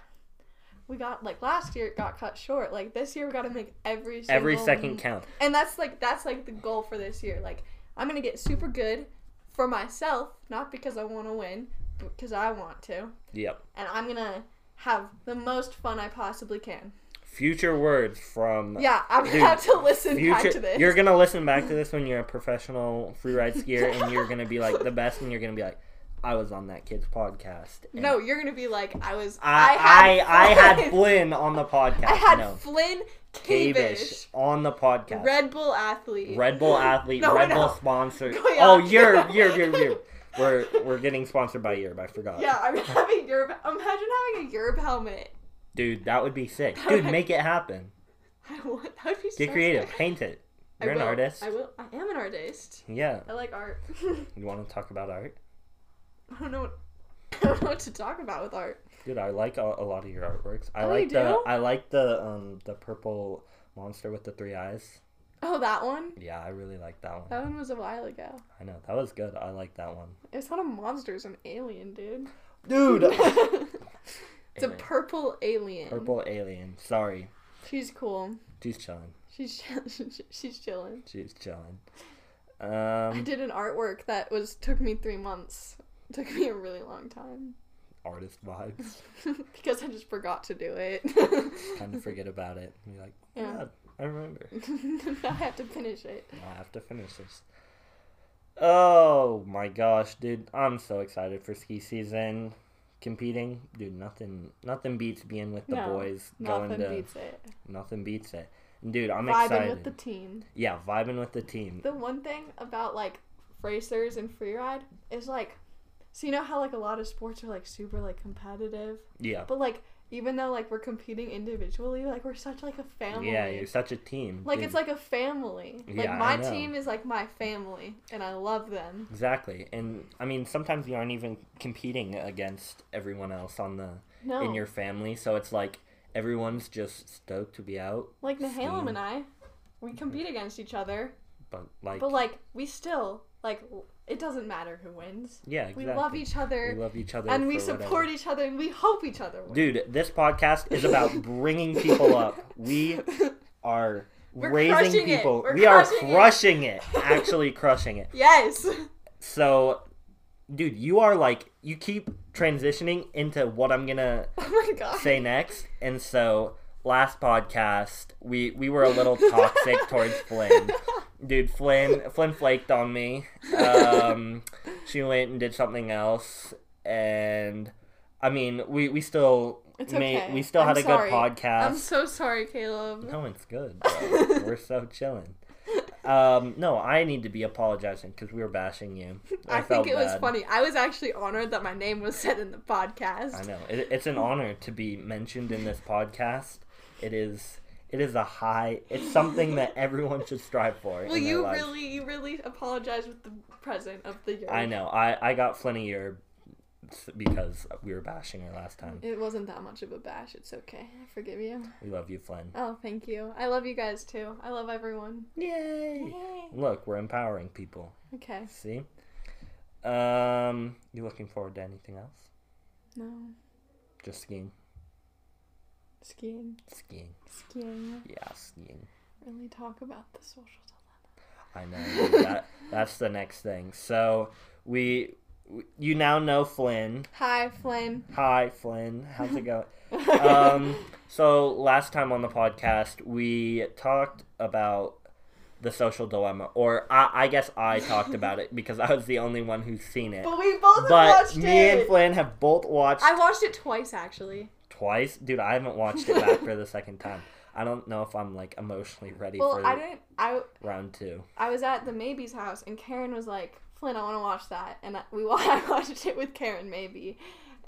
Speaker 1: we got like last year it got cut short. Like this year we got to make every single
Speaker 2: every second count.
Speaker 1: and that's like that's like the goal for this year. Like I'm gonna get super good for myself, not because I want to win, but because I want to,
Speaker 2: Yep.
Speaker 1: and I'm gonna have the most fun I possibly can.
Speaker 2: Future words from
Speaker 1: Yeah, I'm gonna
Speaker 2: Dude,
Speaker 1: have to listen back
Speaker 2: future.
Speaker 1: to this.
Speaker 2: You're gonna listen back to this when you're a professional freeride skier, and you're gonna be like the best, and you're gonna be like, I was on that kid's podcast. and
Speaker 1: No, you're gonna be like I was.
Speaker 2: I
Speaker 1: I
Speaker 2: I, I
Speaker 1: had
Speaker 2: had Flynn on the podcast.
Speaker 1: I had
Speaker 2: no,
Speaker 1: Flynn
Speaker 2: Kavish
Speaker 1: Kavish,
Speaker 2: on the podcast.
Speaker 1: Red Bull athlete.
Speaker 2: Red Bull athlete,
Speaker 1: No,
Speaker 2: Red
Speaker 1: no.
Speaker 2: Bull sponsor.
Speaker 1: Go
Speaker 2: Oh,
Speaker 1: on.
Speaker 2: Yerb, Yerb, Yerb, Yerb. We're we're getting sponsored by Yerb. I forgot.
Speaker 1: Yeah, I'm having Europe. Imagine having a Europe helmet.
Speaker 2: Dude, that would be sick. Dude, make it happen.
Speaker 1: I want that would be.
Speaker 2: Get
Speaker 1: so
Speaker 2: creative.
Speaker 1: sick.
Speaker 2: Paint it.
Speaker 1: I
Speaker 2: You're an
Speaker 1: will.
Speaker 2: artist.
Speaker 1: I will. I am an artist.
Speaker 2: Yeah.
Speaker 1: I like art.
Speaker 2: You want to talk about art?
Speaker 1: I don't know. What, I don't know what to talk about with art.
Speaker 2: Dude, I like a, a lot of your artworks. I
Speaker 1: Oh, you
Speaker 2: like the
Speaker 1: do?
Speaker 2: I like the um the purple monster with the three eyes.
Speaker 1: Oh, that one.
Speaker 2: Yeah, I really like that one.
Speaker 1: That one was a while ago.
Speaker 2: I know that was good. I like that one.
Speaker 1: It's not a monster. It's an alien, dude.
Speaker 2: Dude,
Speaker 1: it's a
Speaker 2: Alien.
Speaker 1: purple alien.
Speaker 2: purple alien. Sorry,
Speaker 1: She's cool.
Speaker 2: she's chilling.
Speaker 1: She's she's chilling.
Speaker 2: She's chilling.
Speaker 1: I
Speaker 2: Um,
Speaker 1: did an artwork that was took me three months. took me a really long time
Speaker 2: artist vibes.
Speaker 1: because I just forgot to do it.
Speaker 2: Kind of forget about it. And You're like, yeah,
Speaker 1: Yeah.
Speaker 2: I remember.
Speaker 1: now I have to finish it.
Speaker 2: I have to finish this. Oh my gosh, dude! I'm so excited for ski season. Competing, dude. Nothing, nothing beats being with the
Speaker 1: No,
Speaker 2: boys.
Speaker 1: Nothing
Speaker 2: going to
Speaker 1: beats it.
Speaker 2: nothing beats it. And dude, I'm
Speaker 1: Vibing
Speaker 2: excited.
Speaker 1: with the team.
Speaker 2: yeah, vibing with the team.
Speaker 1: The one thing about like racers and freeride is like, so you know how like a lot of sports are like super like competitive,
Speaker 2: Yeah,
Speaker 1: but like even though like we're competing individually, like we're such like a family.
Speaker 2: yeah. You're such a team.
Speaker 1: Like
Speaker 2: dude.
Speaker 1: it's like a family. Like
Speaker 2: Yeah, I
Speaker 1: my
Speaker 2: know.
Speaker 1: team is like my family, and I love them.
Speaker 2: Exactly, and I mean sometimes you aren't even competing against everyone else on the
Speaker 1: No,
Speaker 2: in your family, so it's like everyone's just stoked to be out,
Speaker 1: like Nahalem
Speaker 2: Steam.
Speaker 1: and I, we compete against each other,
Speaker 2: but Mm-hmm. like,
Speaker 1: but like we still like it doesn't matter who wins.
Speaker 2: yeah, exactly.
Speaker 1: We love each
Speaker 2: We
Speaker 1: other,
Speaker 2: love each other,
Speaker 1: and we
Speaker 2: for
Speaker 1: support
Speaker 2: whatever.
Speaker 1: each other, and we hope each other wins.
Speaker 2: Dude, this podcast is about bringing people up. We are
Speaker 1: We're
Speaker 2: raising
Speaker 1: crushing it.
Speaker 2: people.
Speaker 1: We're
Speaker 2: We are
Speaker 1: crushing it.
Speaker 2: crushing it. Actually crushing it.
Speaker 1: yes. Oh
Speaker 2: So, dude, you are like you keep transitioning into what I'm gonna
Speaker 1: Oh my god.
Speaker 2: say next, and so last podcast we we were a little toxic towards Flynn. Dude, Flynn Flynn flaked on me. Um, she went and did something else, and I mean we we still
Speaker 1: It's
Speaker 2: ma-
Speaker 1: okay.
Speaker 2: we still had
Speaker 1: I'm
Speaker 2: a
Speaker 1: sorry.
Speaker 2: good podcast.
Speaker 1: I'm so sorry, Caleb.
Speaker 2: No, it's good. bro. we're so chilling. Um, no, I need to be apologizing because we were bashing you.
Speaker 1: I,
Speaker 2: felt
Speaker 1: think it was
Speaker 2: bad.
Speaker 1: funny. I was actually honored that my name was said in the podcast.
Speaker 2: I know it, it's an honor to be mentioned in this podcast. It is. It is a high. It's something that everyone should strive for.
Speaker 1: Well,
Speaker 2: in their
Speaker 1: you
Speaker 2: lives.
Speaker 1: really, you really apologize with the present of the year.
Speaker 2: I know. I I got Flynn a year because we were bashing her last time.
Speaker 1: It wasn't that much of a bash. It's okay. I forgive you.
Speaker 2: We love you, Flynn.
Speaker 1: Oh, thank you. I love you guys too. I love everyone.
Speaker 2: Yay! Look, we're empowering people.
Speaker 1: Okay.
Speaker 2: See. Um, you looking forward to anything else?
Speaker 1: No.
Speaker 2: Just skiing,
Speaker 1: Skiing.
Speaker 2: skiing.
Speaker 1: Skiing.
Speaker 2: Yeah, skiing.
Speaker 1: Really talk about the social dilemma.
Speaker 2: I know. dude. that that's the next thing. So we, we you now know Flynn.
Speaker 1: Hi, Flynn.
Speaker 2: Hi Flynn. How's it going? um so last time on the podcast we talked about the social dilemma or I, I guess I talked about it because I was the only one who's seen it.
Speaker 1: but we both
Speaker 2: But
Speaker 1: watched
Speaker 2: me
Speaker 1: it.
Speaker 2: and Flynn have both watched
Speaker 1: I watched it twice actually.
Speaker 2: twice. Dude, I haven't watched it back for the second time. I don't know if I'm like emotionally ready
Speaker 1: Well,
Speaker 2: for
Speaker 1: I didn't. I
Speaker 2: round two.
Speaker 1: I was at the Maybe's house and Karen was like, "Flynn, I want to watch that," and I, we wa- I watched it with Karen Maybe,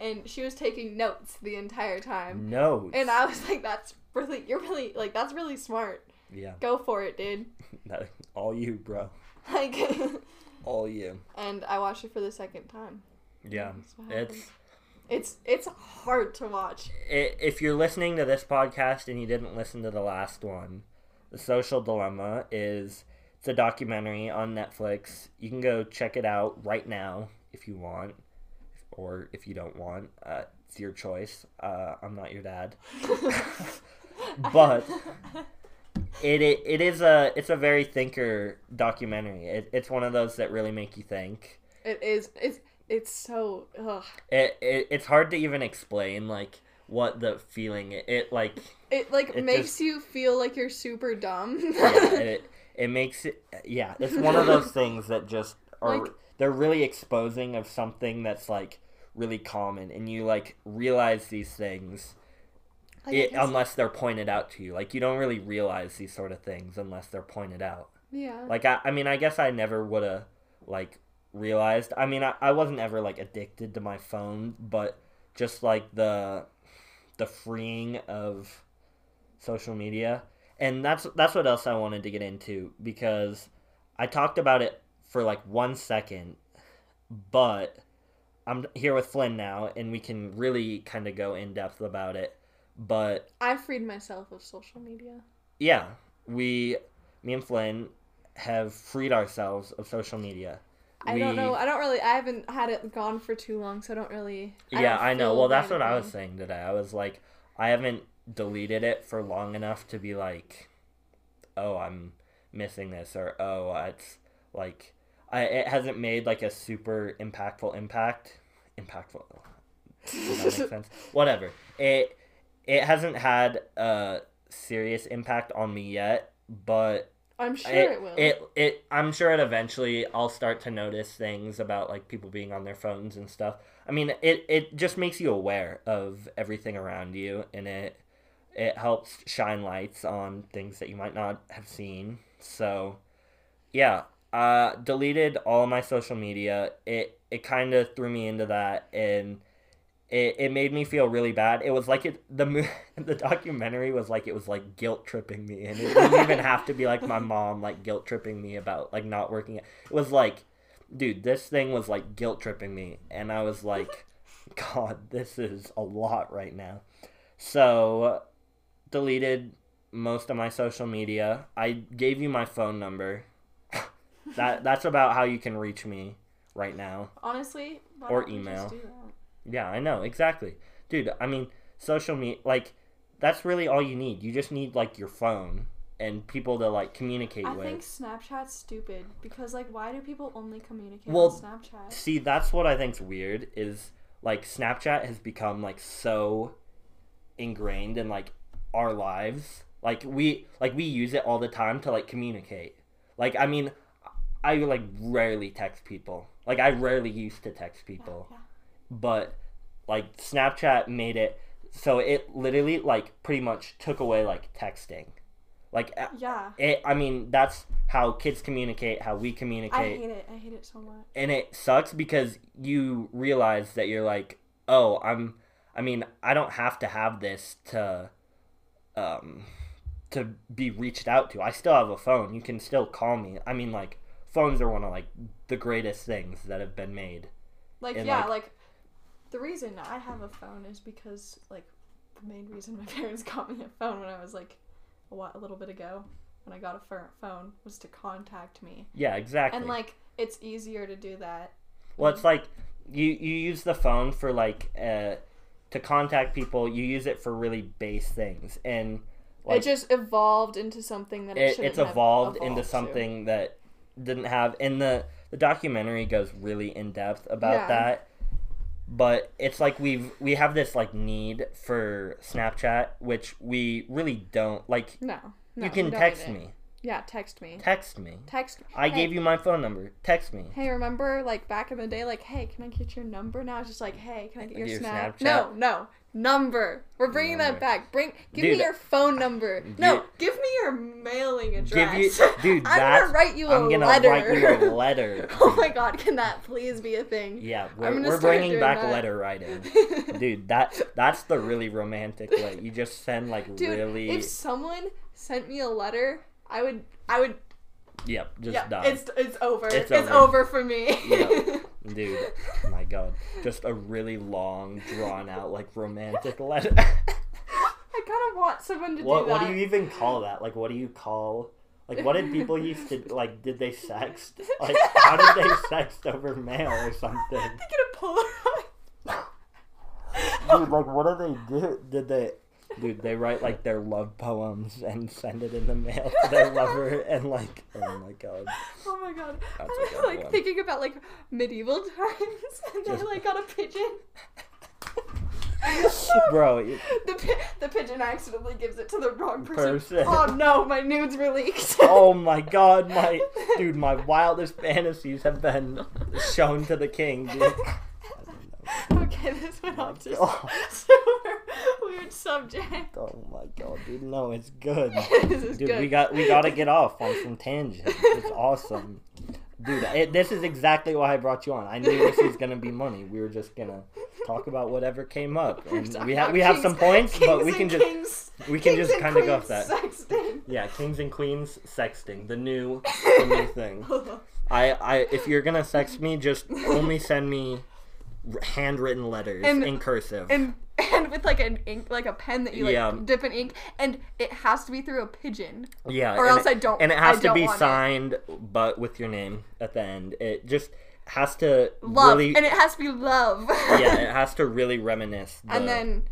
Speaker 1: and she was taking notes the entire time,
Speaker 2: No.
Speaker 1: and I was like, "That's really, you're really like, that's really smart.
Speaker 2: yeah.
Speaker 1: Go for it, dude."
Speaker 2: That, all you, bro.
Speaker 1: Like,
Speaker 2: All you.
Speaker 1: and I watched it for the second time.
Speaker 2: Yeah.
Speaker 1: That's what happened.
Speaker 2: It's
Speaker 1: It's it's hard to watch.
Speaker 2: i if you're listening to this podcast and you didn't listen to the last one, The Social Dilemma is it's a documentary on Netflix. You can go check it out right now if you want or if you don't want. Uh, it's your choice. Uh, I'm not your dad. But it, it it is a it's a very thinker documentary. It, it's one of those that really make you think.
Speaker 1: it is it's it's so ugh.
Speaker 2: It, it it's hard to even explain like what the feeling it, it like
Speaker 1: it like
Speaker 2: It
Speaker 1: makes
Speaker 2: just-
Speaker 1: you feel like you're super dumb.
Speaker 2: yeah, it, it makes it yeah it's one of those things that just are
Speaker 1: Like-
Speaker 2: they're really exposing of something that's like really common and you like realize these things
Speaker 1: Like, I
Speaker 2: it, um,
Speaker 1: guess-
Speaker 2: unless they're pointed out to you like you don't really realize these sort of things unless they're pointed out
Speaker 1: yeah.
Speaker 2: like i, I mean i guess i never would have like realized i mean I, I wasn't ever like addicted to my phone but just like the the freeing of social media and that's that's what else i wanted to get into because i talked about it for like one second but i'm here with flynn now and we can really kind of go in depth about it but
Speaker 1: I freed myself of social media.
Speaker 2: yeah, we, me and Flynn, have freed ourselves of social media.
Speaker 1: I don't
Speaker 2: We-
Speaker 1: know. I don't really. I haven't had it gone for too long, so I don't really.
Speaker 2: Yeah,
Speaker 1: don't
Speaker 2: I, know.
Speaker 1: feel
Speaker 2: Well, that's
Speaker 1: right
Speaker 2: what I
Speaker 1: now.
Speaker 2: was saying today. I was like, I haven't deleted it for long enough to be like, oh, I'm missing this, or oh, it's like, I it hasn't made like a super impactful impact. Impactful. Does that make sense? Whatever. It it hasn't had a serious impact on me yet, but
Speaker 1: I'm sure
Speaker 2: it,
Speaker 1: it, will.
Speaker 2: It it I'm sure it eventually I'll start to notice things about like people being on their phones and stuff. I mean, it it just makes you aware of everything around you and it it helps shine lights on things that you might not have seen. So, yeah, uh deleted all my social media. It it kind of threw me into that and it, it made me feel really bad. It was like it the mo- the documentary was like it was like guilt tripping me, and it didn't even have to be like my mom like guilt tripping me about like not working. It was like, dude, this thing was like guilt tripping me, and I was like, God, this is a lot right now. So, deleted most of my social media. I gave you my phone number. that that's about how you can reach me right now.
Speaker 1: Honestly, why
Speaker 2: or
Speaker 1: don't we just
Speaker 2: email.
Speaker 1: do that?
Speaker 2: Yeah, I know exactly, dude. I mean, social media, like, that's really all you need. You just need like your phone and people to like communicate
Speaker 1: I
Speaker 2: with.
Speaker 1: think Snapchat's stupid because, like, why do people only communicate
Speaker 2: Well,
Speaker 1: on Snapchat?
Speaker 2: See, that's what I think's weird is like Snapchat has become like so ingrained in like our lives. Like we like we use it all the time to like communicate. Like I mean, I like rarely text people. Like I rarely used to text people.
Speaker 1: Yeah.
Speaker 2: but like Snapchat made it so it literally like pretty much took away like texting. Like a-
Speaker 1: Yeah.
Speaker 2: it, I mean that's how kids communicate, how we
Speaker 1: I
Speaker 2: communicate,
Speaker 1: hate it. I hate it so much.
Speaker 2: and it sucks because you realize that you're like, oh, I'm. I mean, I don't have to have this to, um, to be reached out to. I still have a phone. You can still call me. I mean, like phones are one of like the greatest things that have been made.
Speaker 1: Like,
Speaker 2: And,
Speaker 1: yeah,
Speaker 2: like-
Speaker 1: like, the reason I have a phone is because, like, the main reason my parents got me a phone when I was like a, while, a little bit ago when I got a fir- phone was to contact me,
Speaker 2: Yeah, exactly.
Speaker 1: and like, it's easier to do that.
Speaker 2: Well, it's like you you use the phone for like uh, to contact people. You use it for really base things, and like
Speaker 1: it just evolved into something that it,
Speaker 2: it,
Speaker 1: shouldn't
Speaker 2: it's
Speaker 1: have
Speaker 2: evolved, into
Speaker 1: to.
Speaker 2: something that didn't have. And the the documentary goes really in depth about
Speaker 1: Yeah.
Speaker 2: that. But it's like we've we have this like need for Snapchat, which we really don't like.
Speaker 1: No, no,
Speaker 2: you can
Speaker 1: don't need
Speaker 2: text
Speaker 1: it.
Speaker 2: me,
Speaker 1: Yeah, text me.
Speaker 2: text me.
Speaker 1: Text me.
Speaker 2: I
Speaker 1: Hey,
Speaker 2: gave you my phone number. Text me.
Speaker 1: Hey, remember like back in the day, like, hey, can I get your number? Now it's just like, hey, can I get your,
Speaker 2: Your
Speaker 1: snap?
Speaker 2: Snapchat?
Speaker 1: No, no, number. We're bringing
Speaker 2: Number.
Speaker 1: that back. Bring, give
Speaker 2: Dude,
Speaker 1: me your phone number. no,
Speaker 2: you-
Speaker 1: give me your mailing
Speaker 2: Give
Speaker 1: address.
Speaker 2: you, dude.
Speaker 1: I'm
Speaker 2: that's,
Speaker 1: gonna write you a
Speaker 2: I'm gonna
Speaker 1: letter.
Speaker 2: write you a letter.
Speaker 1: oh my god, can that please be a thing?
Speaker 2: Yeah, we're,
Speaker 1: gonna
Speaker 2: we're
Speaker 1: start
Speaker 2: bringing
Speaker 1: doing
Speaker 2: back
Speaker 1: that.
Speaker 2: letter writing. Dude, that that's the really romantic way. You just send like
Speaker 1: Dude,
Speaker 2: really
Speaker 1: if someone sent me a letter, I would, I would
Speaker 2: Yep, just
Speaker 1: yeah,
Speaker 2: die.
Speaker 1: it's it's over.
Speaker 2: It's
Speaker 1: It's,
Speaker 2: over.
Speaker 1: over. for me.
Speaker 2: Yeah. Dude, my god. Just a really long, drawn out, like romantic letter.
Speaker 1: I kind of want someone to
Speaker 2: what
Speaker 1: do that.
Speaker 2: what do you even call that? Like what do you call like what did people used to like did they sext? Like how did they sext over mail or
Speaker 1: I
Speaker 2: something?
Speaker 1: think in a Polaroid.
Speaker 2: Dude, like what do they do? Did they Dude, they write like their love poems and send it in the mail to their lover and like oh my god.
Speaker 1: Oh my god.
Speaker 2: That's a
Speaker 1: I'm
Speaker 2: good
Speaker 1: like
Speaker 2: one.
Speaker 1: thinking about like medieval times and
Speaker 2: Just-
Speaker 1: they like got a pigeon.
Speaker 2: Bro, you-
Speaker 1: The, pi- the pigeon accidentally gives it to the wrong person.
Speaker 2: Person.
Speaker 1: Oh no, my nudes were leaked.
Speaker 2: oh my god, my dude, my wildest fantasies have been shown to the king, dude. Oh.
Speaker 1: okay, this went off to
Speaker 2: God.
Speaker 1: s- super weird subject.
Speaker 2: Oh my god, dude, no, it's good.
Speaker 1: this is
Speaker 2: Dude,
Speaker 1: good.
Speaker 2: we got we gotta get off on some tangents. It's awesome, dude. It, this is exactly why I brought you on. I knew this was gonna be money. We were just gonna talk about whatever came up,
Speaker 1: We're
Speaker 2: and
Speaker 1: talking
Speaker 2: we have
Speaker 1: about
Speaker 2: we have some
Speaker 1: kings-
Speaker 2: points, but
Speaker 1: kings
Speaker 2: we can
Speaker 1: and
Speaker 2: just
Speaker 1: kings,
Speaker 2: we can
Speaker 1: kings
Speaker 2: just
Speaker 1: and
Speaker 2: kind of go off
Speaker 1: queens
Speaker 2: that.
Speaker 1: sexting.
Speaker 2: Yeah, kings and queens sexting, the new the new thing.
Speaker 1: Oh.
Speaker 2: I I if you're gonna sext me, just only send me r- handwritten letters
Speaker 1: And-
Speaker 2: in cursive.
Speaker 1: and and with like an ink, like a pen that you like
Speaker 2: Yeah.
Speaker 1: dip in ink, and it has to be through a pigeon.
Speaker 2: Yeah,
Speaker 1: Or
Speaker 2: and
Speaker 1: else
Speaker 2: it-
Speaker 1: I don't-
Speaker 2: And it
Speaker 1: I
Speaker 2: has to
Speaker 1: don't
Speaker 2: be
Speaker 1: want it.
Speaker 2: signed, but with your name at the end. It just has to
Speaker 1: Love,
Speaker 2: really,
Speaker 1: and it has to be love.
Speaker 2: yeah, it has to really reminisce. The,
Speaker 1: and then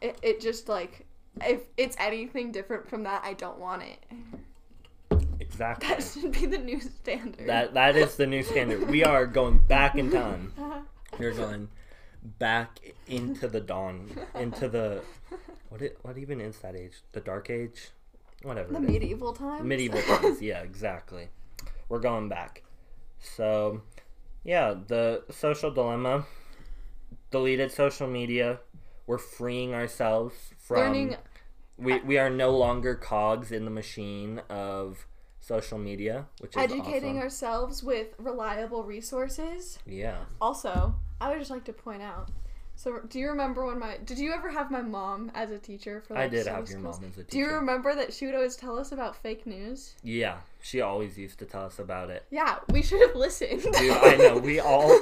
Speaker 1: it, it just like if it's anything different from that, I don't want it.
Speaker 2: exactly
Speaker 1: That should be the new standard.
Speaker 2: that that is the new standard. We are going back in time. We're going back into the dawn, into the what? It, what even is that age? The dark age, whatever.
Speaker 1: the
Speaker 2: it is.
Speaker 1: medieval times.
Speaker 2: medieval times yeah exactly we're going back so yeah the social dilemma deleted social media we're freeing ourselves from
Speaker 1: Learning
Speaker 2: we, we are no longer cogs in the machine of social media which is
Speaker 1: educating
Speaker 2: awesome.
Speaker 1: ourselves with reliable resources.
Speaker 2: yeah
Speaker 1: Also, I would just like to point out. So, do you remember when my did you ever have my mom as a teacher for like
Speaker 2: i did
Speaker 1: Sunday
Speaker 2: have your
Speaker 1: schools?
Speaker 2: mom as a teacher
Speaker 1: Do you remember that she would always tell us about fake news?
Speaker 2: yeah she always used to tell us about it
Speaker 1: Yeah, we should have listened.
Speaker 2: dude i know we all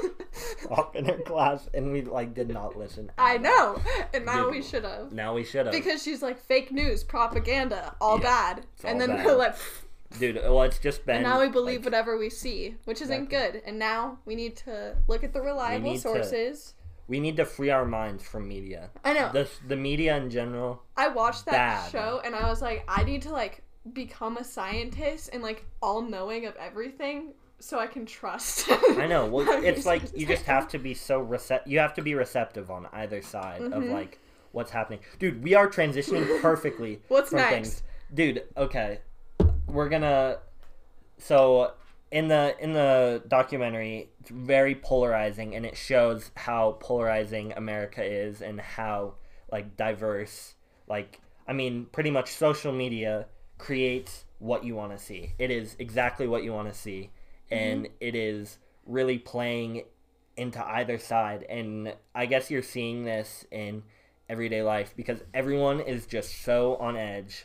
Speaker 2: up in her class and we like did not listen at
Speaker 1: I
Speaker 2: all.
Speaker 1: know, and now
Speaker 2: Dude.
Speaker 1: we should have
Speaker 2: now we should have
Speaker 1: because she's like fake news, propaganda, all
Speaker 2: Yeah,
Speaker 1: bad,
Speaker 2: all
Speaker 1: and then
Speaker 2: bad.
Speaker 1: we're like,
Speaker 2: dude well it's just been
Speaker 1: and now we
Speaker 2: like,
Speaker 1: believe whatever we see, which isn't
Speaker 2: Exactly.
Speaker 1: good. And now we need to look at the reliable
Speaker 2: need to-
Speaker 1: sources.
Speaker 2: We need to free our minds from media.
Speaker 1: I know.
Speaker 2: The, the media in general.
Speaker 1: I watched that
Speaker 2: Bad.
Speaker 1: show and I was like, I need to like become a scientist and like all knowing of everything so I can trust.
Speaker 2: I know. Well, it's like you just have to be so recep. You have to be receptive on either side of
Speaker 1: Mm-hmm.
Speaker 2: like what's happening, dude. We are transitioning perfectly.
Speaker 1: What's next?
Speaker 2: dude? Okay, we're gonna. So in the in the documentary, it's very polarizing, and it shows how polarizing America is and how like diverse. Like I mean, pretty much social media creates what you want to see. It is exactly what you want to see, and
Speaker 1: Mm-hmm.
Speaker 2: it is really playing into either side. And I guess you're seeing this in everyday life because everyone is just so on edge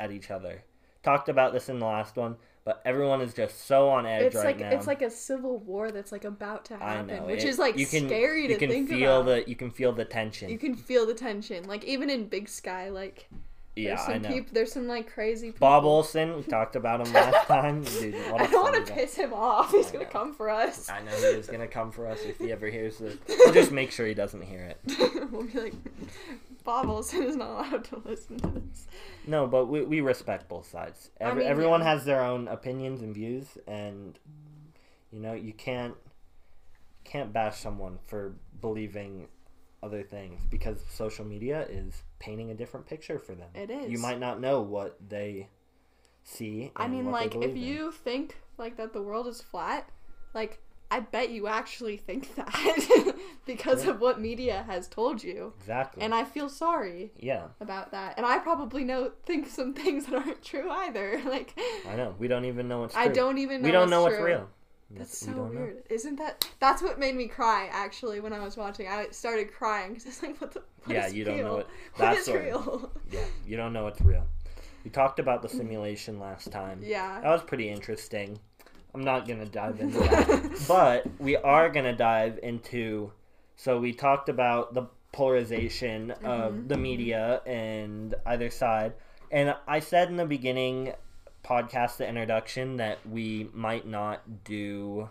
Speaker 2: at each other. Talked about this in the last one, but everyone is just so on edge
Speaker 1: It's
Speaker 2: right
Speaker 1: like
Speaker 2: now.
Speaker 1: it's like a civil war that's like about to
Speaker 2: I
Speaker 1: happen,
Speaker 2: know,
Speaker 1: which
Speaker 2: it-
Speaker 1: is like
Speaker 2: you can,
Speaker 1: scary to
Speaker 2: you can
Speaker 1: think
Speaker 2: feel
Speaker 1: about.
Speaker 2: the you can feel the tension.
Speaker 1: You can feel the tension, like even in Big Sky, like
Speaker 2: yeah,
Speaker 1: there's
Speaker 2: I
Speaker 1: some
Speaker 2: know.
Speaker 1: peop- there's some like crazy. People.
Speaker 2: Bob Olson, we talked about him last time. Dude, what a
Speaker 1: I don't want
Speaker 2: funny
Speaker 1: to
Speaker 2: guy.
Speaker 1: piss him off. He's gonna
Speaker 2: know.
Speaker 1: come for us.
Speaker 2: I know he is gonna come for us if he ever hears this. We'll just make sure he doesn't hear it.
Speaker 1: we'll be like, Bob Olsen is not allowed to listen to this.
Speaker 2: No, but we, we respect both sides.
Speaker 1: I
Speaker 2: Every,
Speaker 1: mean,
Speaker 2: everyone
Speaker 1: yeah.
Speaker 2: has their own opinions and views, and you know you can't can't bash someone for believing other things because social media is painting a different picture for them.
Speaker 1: It
Speaker 2: You
Speaker 1: is.
Speaker 2: might not know what they see.
Speaker 1: I
Speaker 2: and
Speaker 1: mean,
Speaker 2: what they
Speaker 1: like, if
Speaker 2: believe in.
Speaker 1: you think like that the world is flat, like I bet you actually think that because
Speaker 2: Yeah.
Speaker 1: of what media has told you.
Speaker 2: exactly
Speaker 1: And I feel sorry
Speaker 2: yeah,
Speaker 1: about that. And I probably know think some things that aren't true either. Like
Speaker 2: I know we don't even know what's
Speaker 1: I
Speaker 2: true.
Speaker 1: don't even know
Speaker 2: we don't know
Speaker 1: what's
Speaker 2: what's
Speaker 1: true.
Speaker 2: real.
Speaker 1: That's
Speaker 2: We
Speaker 1: so
Speaker 2: don't know.
Speaker 1: weird. Isn't that that's what made me cry actually when I was watching. I started crying cuz it's like what the what
Speaker 2: Yeah,
Speaker 1: is
Speaker 2: you don't know
Speaker 1: real?
Speaker 2: it.
Speaker 1: What
Speaker 2: That's
Speaker 1: is
Speaker 2: what-
Speaker 1: real?
Speaker 2: Yeah, you don't know what's real. We talked about the simulation last time.
Speaker 1: Yeah.
Speaker 2: That was pretty interesting. I'm not going to dive into that. but we are going to dive into. So we talked about the polarization of the media and either side. And I said in the beginning podcast, the introduction, that we might not do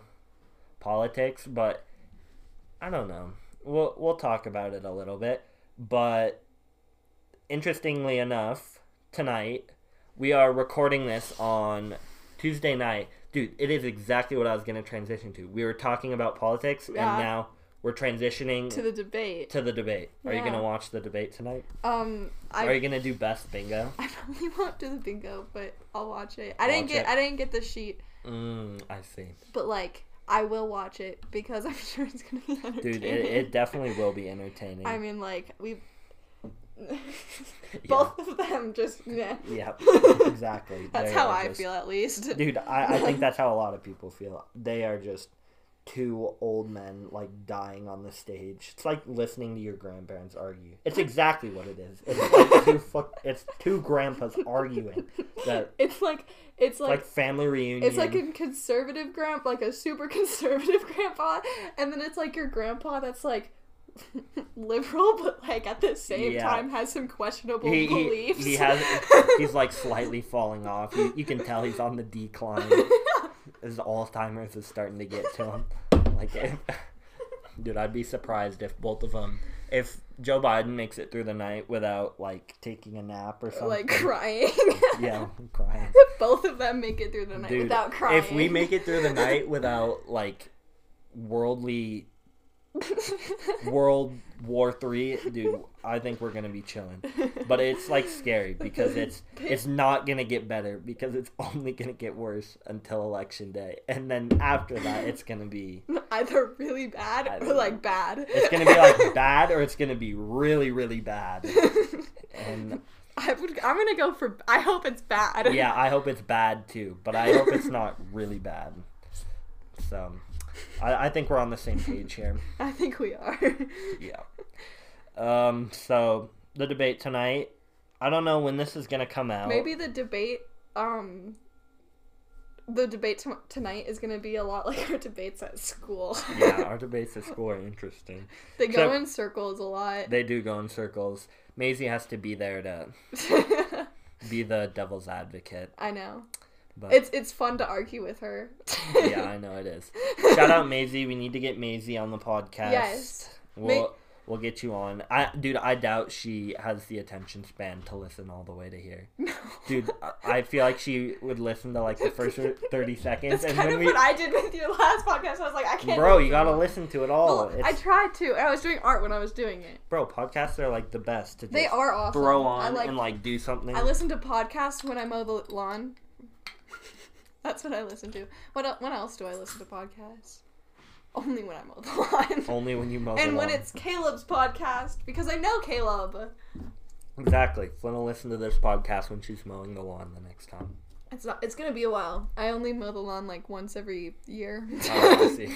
Speaker 2: politics, but I don't know. We'll, we'll talk about it a little bit. But interestingly enough, tonight, we are recording this on Tuesday night. Dude, it is exactly what I was going to transition to. We were talking about politics,
Speaker 1: Yeah.
Speaker 2: and now we're transitioning
Speaker 1: to
Speaker 2: to,
Speaker 1: the debate.
Speaker 2: the debate. Are you
Speaker 1: Yeah.
Speaker 2: gonna watch the debate tonight?
Speaker 1: Um, I
Speaker 2: Are you gonna do best bingo?
Speaker 1: I probably won't do the bingo, but I'll watch it. I didn't
Speaker 2: Watch
Speaker 1: get
Speaker 2: it.
Speaker 1: I didn't get the sheet,
Speaker 2: Mm, I see,
Speaker 1: but like I will watch it because I'm sure it's gonna be entertaining.
Speaker 2: dude. It, it definitely will be entertaining.
Speaker 1: I mean, like we
Speaker 2: Yeah.
Speaker 1: both of them just nah.
Speaker 2: Yeah, exactly.
Speaker 1: That's
Speaker 2: They
Speaker 1: how
Speaker 2: are
Speaker 1: I
Speaker 2: just-
Speaker 1: feel at least.
Speaker 2: Dude, I, I think that's how a lot of people feel. They are just two old men like dying on the stage. It's like listening to your grandparents argue. It's exactly what it is. It's like two fuck, It's two grandpas arguing. That
Speaker 1: It's like it's
Speaker 2: like,
Speaker 1: like.
Speaker 2: family reunion.
Speaker 1: it's like a conservative grandpa, like a super conservative grandpa, and then it's like your grandpa that's like liberal, but like at the same
Speaker 2: Yeah.
Speaker 1: time has some questionable
Speaker 2: he, he,
Speaker 1: beliefs.
Speaker 2: he has he's like slightly falling off. You, you can tell he's on the decline. His Alzheimer's is starting to get to him. Like, if, dude, I'd be surprised if both of them, if Joe Biden makes it through the night without like taking a nap or something.
Speaker 1: like crying.
Speaker 2: um, yeah, I'm crying.
Speaker 1: Both of them make it through the night
Speaker 2: Dude,
Speaker 1: without crying.
Speaker 2: if we make it through the night without like worldly World War Three, dude, I think we're gonna be chilling. But it's like scary because it's it's not gonna get better because it's only gonna get worse until election day, and then after that, it's gonna be
Speaker 1: either really bad
Speaker 2: I don't
Speaker 1: or like bad.
Speaker 2: it's gonna be like bad or it's gonna be really really bad. And
Speaker 1: I would, I'm gonna go for. I hope it's bad.
Speaker 2: yeah, I hope it's bad too, but I hope it's not really bad. So, I, I think we're on the same page here.
Speaker 1: I think we are.
Speaker 2: Yeah. Um. So the debate tonight. I don't know when this is gonna come out.
Speaker 1: Maybe the debate, um, the debate to tonight is gonna be a lot like our debates at school.
Speaker 2: Yeah, our debates at school are interesting.
Speaker 1: they go
Speaker 2: So-
Speaker 1: in circles a lot.
Speaker 2: They do go in circles. Maisie has to be there to be the devil's advocate.
Speaker 1: I know.
Speaker 2: But
Speaker 1: It's it's fun to argue with her.
Speaker 2: yeah, I know it is. Shout out Maisie. We need to get Maisie on the podcast.
Speaker 1: Yes.
Speaker 2: We'll we'll get you on. I dude, I doubt she has the attention span to listen all the way to here.
Speaker 1: No.
Speaker 2: Dude, I- I feel like she would listen to like the first thirty seconds,
Speaker 1: That's
Speaker 2: and
Speaker 1: kind
Speaker 2: when
Speaker 1: of
Speaker 2: we
Speaker 1: what I did with your last podcast. I was like, I can't.
Speaker 2: bro,
Speaker 1: do
Speaker 2: you
Speaker 1: this
Speaker 2: gotta
Speaker 1: anymore.
Speaker 2: listen to it all.
Speaker 1: Well,
Speaker 2: it's,
Speaker 1: I tried to. and I was doing art when I was doing it.
Speaker 2: bro, podcasts are like the best to just
Speaker 1: They are awesome.
Speaker 2: throw
Speaker 1: I
Speaker 2: on
Speaker 1: like.
Speaker 2: and like do something.
Speaker 1: I listen to podcasts when I mow the lawn. That's what I listen to. What el- when else do I listen to podcasts? Only when I mow the lawn.
Speaker 2: Only when you mow the
Speaker 1: and when
Speaker 2: lawn.
Speaker 1: it's Caleb's podcast because I know Caleb.
Speaker 2: exactly. Flynn will listen to this podcast when she's mowing the lawn the next time.
Speaker 1: It's not. It's gonna be a while. I only mow the lawn like once every year.
Speaker 2: Oh, I see.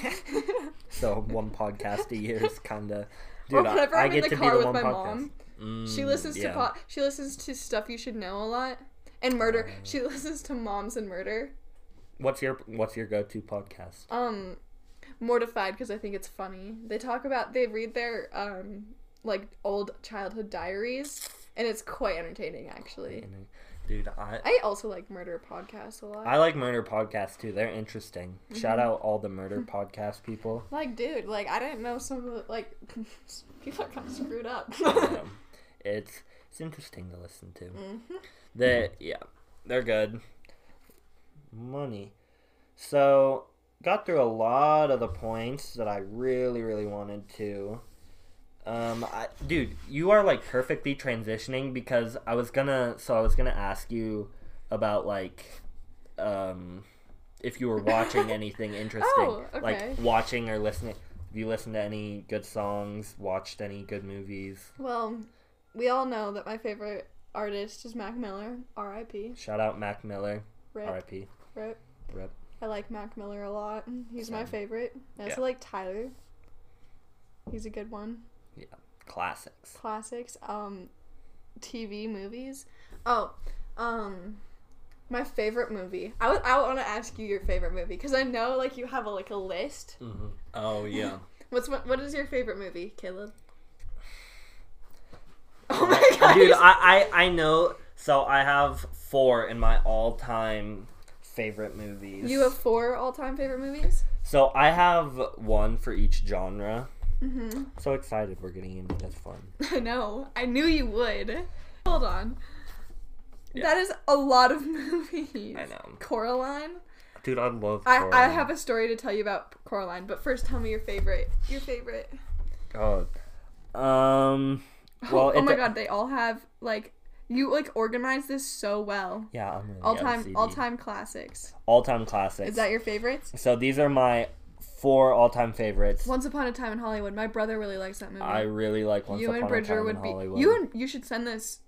Speaker 2: So one podcast a year is kind of.
Speaker 1: or whenever I'm in the car with my
Speaker 2: podcast. Mm,
Speaker 1: mom. She listens to
Speaker 2: podcasts.
Speaker 1: po- she listens to stuff you should know a lot and murder.
Speaker 2: Uh.
Speaker 1: she listens to moms and murder.
Speaker 2: What's your What's your go to podcast?
Speaker 1: Um mortified because I think it's funny. They talk about they read their um like old childhood diaries and it's quite entertaining actually.
Speaker 2: Dude, I
Speaker 1: I also like murder podcasts a lot.
Speaker 2: I like murder podcasts too. They're interesting. Shout out all the murder podcast people.
Speaker 1: like dude, like I didn't know some of the, like people are kind of screwed up.
Speaker 2: Um, it's it's interesting to listen to.
Speaker 1: Mm-hmm.
Speaker 2: They yeah, they're good. Money. So got through a lot of the points that I really really wanted to. Um, I, dude, you are like perfectly transitioning because I was gonna so I was gonna ask you about like um if you were watching anything interesting
Speaker 1: Oh, okay.
Speaker 2: like watching or listening have you listened to any good songs watched any good movies
Speaker 1: well, we all know that my favorite artist is Mac Miller, R.I.P.
Speaker 2: Shout out Mac Miller,
Speaker 1: Rip,
Speaker 2: RIP.
Speaker 1: rip.
Speaker 2: Rip.
Speaker 1: I like Mac Miller a lot. He's my
Speaker 2: Same.
Speaker 1: favorite. I also
Speaker 2: Yeah.
Speaker 1: like Tyler. He's a good one.
Speaker 2: Classics.
Speaker 1: Classics. Um, TV movies. Oh, um, my favorite movie. I would. I want to ask you your favorite movie because I know like you have a, like a list.
Speaker 2: Mm-hmm. Oh yeah.
Speaker 1: What's what, what is your favorite movie, Caleb? Oh my god.
Speaker 2: dude, I, I I know. So I have four in my all-time favorite movies.
Speaker 1: you have four all-time favorite movies.
Speaker 2: So I have one for each genre.
Speaker 1: Mm-hmm.
Speaker 2: So excited we're getting into this fun.
Speaker 1: I know. I knew you would. Hold on.
Speaker 2: Yeah.
Speaker 1: That is a lot of movies.
Speaker 2: I know.
Speaker 1: Coraline.
Speaker 2: dude, I love.
Speaker 1: I, I
Speaker 2: Coraline.
Speaker 1: have a story to tell you about Coraline, but first tell me your favorite. Your favorite.
Speaker 2: God. Um. Well,
Speaker 1: oh,
Speaker 2: it
Speaker 1: my
Speaker 2: de-
Speaker 1: god, they all have like you like organize this so well.
Speaker 2: Yeah, I'm really
Speaker 1: All time
Speaker 2: OCD.
Speaker 1: all time classics.
Speaker 2: all-time classics.
Speaker 1: Is that your favorites?
Speaker 2: so these are my four all-time favorites.
Speaker 1: Once Upon a Time in Hollywood. My brother really likes that movie.
Speaker 2: I really like Once
Speaker 1: you
Speaker 2: Upon
Speaker 1: and Bridger
Speaker 2: a Time
Speaker 1: would
Speaker 2: in
Speaker 1: be
Speaker 2: Hollywood.
Speaker 1: you and you should send this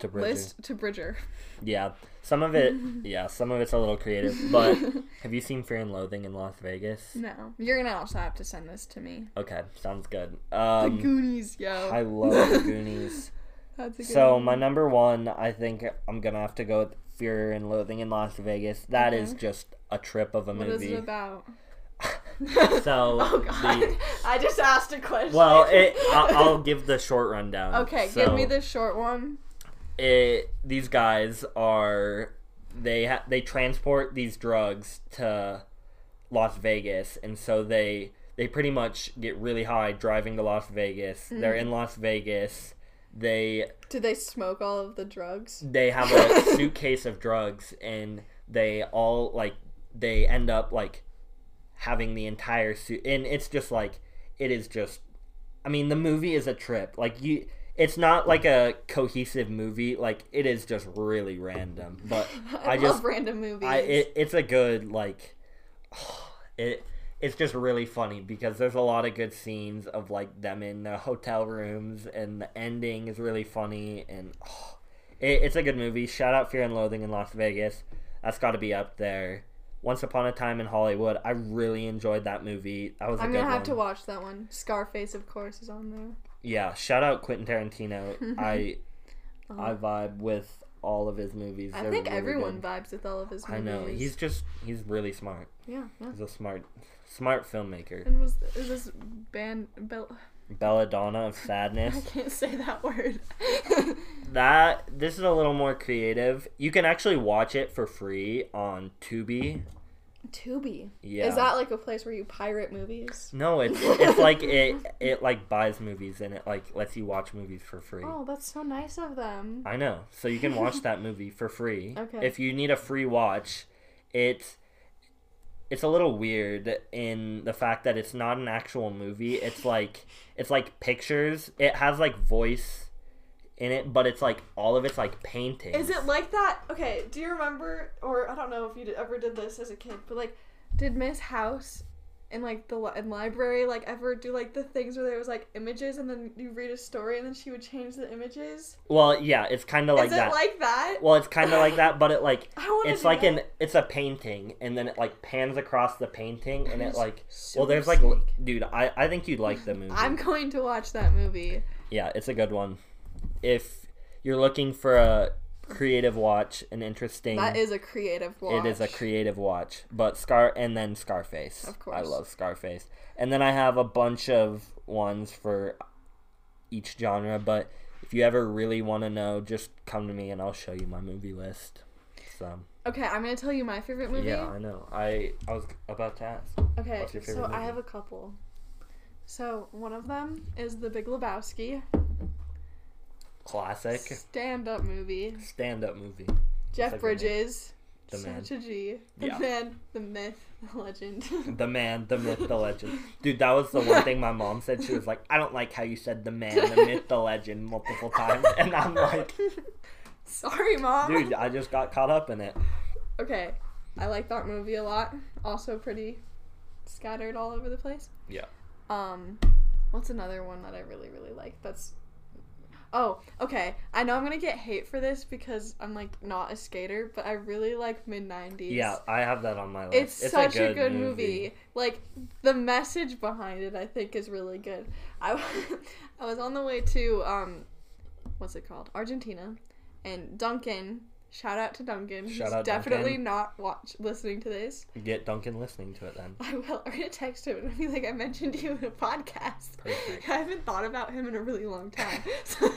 Speaker 2: to Bridger.
Speaker 1: list to Bridger.
Speaker 2: Yeah, some of it. yeah, some of it's a little creative. But have you seen Fear and Loathing in Las Vegas?
Speaker 1: No, you're gonna also have to send this to me.
Speaker 2: Okay, sounds good.
Speaker 1: The
Speaker 2: Um,
Speaker 1: Goonies, yo.
Speaker 2: I love the Goonies.
Speaker 1: That's a good
Speaker 2: So
Speaker 1: one.
Speaker 2: my number one, I think I'm gonna have to go with Fear and Loathing in Las Vegas. That is
Speaker 1: Okay.
Speaker 2: just a trip of a
Speaker 1: What is
Speaker 2: movie.
Speaker 1: it about?
Speaker 2: So
Speaker 1: oh god,
Speaker 2: the-
Speaker 1: I just asked a question.
Speaker 2: well, it, I, I'll give the short rundown.
Speaker 1: okay, give me
Speaker 2: So,
Speaker 1: the short one.
Speaker 2: It, these guys are they ha- they transport these drugs to Las Vegas, and so they they pretty much get really high driving to Las Vegas. They're in Las Vegas. They
Speaker 1: Do they smoke all of the drugs?
Speaker 2: they have a suitcase of drugs and they all like they end up like having the entire suit and it's just like it is just i mean the movie is a trip like you it's not like a cohesive movie like it is just really random but i,
Speaker 1: I, love
Speaker 2: just
Speaker 1: random movies.
Speaker 2: i it, it's a good like it it's just really funny because there's a lot of good scenes of like them in the hotel rooms and the ending is really funny and oh, it, it's a good movie shout out fear and loathing in las vegas that's got to be up there once upon a time in hollywood i really enjoyed that movie that was a
Speaker 1: I'm
Speaker 2: good
Speaker 1: gonna have
Speaker 2: one
Speaker 1: to watch that one. Scarface, of course, is on there.
Speaker 2: yeah shout out quentin tarantino i
Speaker 1: Um,
Speaker 2: i vibe with all of his movies
Speaker 1: I
Speaker 2: They're
Speaker 1: think
Speaker 2: really
Speaker 1: everyone
Speaker 2: good.
Speaker 1: vibes with all of his
Speaker 2: i
Speaker 1: movies.
Speaker 2: know he's just he's really smart
Speaker 1: yeah. yeah.
Speaker 2: he's a smart smart filmmaker
Speaker 1: And was is this band? Bel-
Speaker 2: belladonna of sadness
Speaker 1: I can't say that word.
Speaker 2: That this is a little more creative. You can actually watch it for free on Tubi.
Speaker 1: Tubi.
Speaker 2: Yeah.
Speaker 1: Is that like a place where you pirate movies?
Speaker 2: No, it's it's like it it like buys movies and it like lets you watch movies for free.
Speaker 1: Oh, that's so nice of them.
Speaker 2: I know. So you can watch that movie for free.
Speaker 1: Okay.
Speaker 2: If you need a free watch, it's it's a little weird in the fact that it's not an actual movie. It's like it's like pictures. It has like voice in it, but it's like all of it's like painting.
Speaker 1: Is it like that? Okay, do you remember, or I don't know if you did, ever did this as a kid, but like, did Miss House in like the li- in library like ever do like the things where there was like images and then you read a story and then she would change the images?
Speaker 2: Well, yeah, it's kind of like
Speaker 1: Is it
Speaker 2: that.
Speaker 1: like that?
Speaker 2: Well, it's kind of like that, but it like
Speaker 1: I want
Speaker 2: it's like an it's a painting, and then it like pans across the painting, and it like
Speaker 1: so
Speaker 2: well, there's like l-
Speaker 1: sick.
Speaker 2: dude, I I think you'd like the movie.
Speaker 1: I'm going to watch that movie.
Speaker 2: Yeah, it's a good one. If you're looking for a creative watch, an interesting,
Speaker 1: That is a creative watch.
Speaker 2: it is a creative watch. But Scar and then Scarface,
Speaker 1: Of
Speaker 2: I
Speaker 1: course.
Speaker 2: love Scarface, and then I have a bunch of ones for each genre, but. If you ever really want to know, just come to me and I'll show you my movie list. So.
Speaker 1: Okay, I'm gonna tell you my favorite movie.
Speaker 2: Yeah, I know. I I was about to ask.
Speaker 1: Okay,
Speaker 2: What's your
Speaker 1: so
Speaker 2: favorite
Speaker 1: I
Speaker 2: movie?
Speaker 1: have a couple. So one of them is The Big Lebowski
Speaker 2: Classic
Speaker 1: stand-up movie.
Speaker 2: stand-up movie.
Speaker 1: Jeff
Speaker 2: like the man.
Speaker 1: Bridges,
Speaker 2: The man.
Speaker 1: such a G, the
Speaker 2: Yeah.
Speaker 1: man, the myth, the legend.
Speaker 2: The man, the myth, the legend. Dude, that was the one thing my mom said. She was like, "I don't like how you said the man, the myth, the legend multiple times," and I'm like,
Speaker 1: Sorry, mom.
Speaker 2: "Dude, I just got caught up in it."
Speaker 1: Okay, I like that movie a lot. Also pretty scattered all over the place.
Speaker 2: Yeah.
Speaker 1: Um, what's another one that I really really like? That's Oh, okay. I know I'm gonna get hate for this because I'm like not a skater, but I really like mid '90s.
Speaker 2: Yeah, I have that on my list.
Speaker 1: it's, such a good, movie. Like the message behind it, I think, is really good. I, I was on the way to um, what's it called, Argentina, and Duncan. Shout out to Duncan.
Speaker 2: Shout
Speaker 1: who's
Speaker 2: out
Speaker 1: definitely
Speaker 2: Duncan.
Speaker 1: not watch listening to this.
Speaker 2: Get Duncan listening to it then.
Speaker 1: I will. I'm gonna text him and be like, I mentioned you in a podcast.
Speaker 2: Perfect.
Speaker 1: I haven't thought about him in a really long time.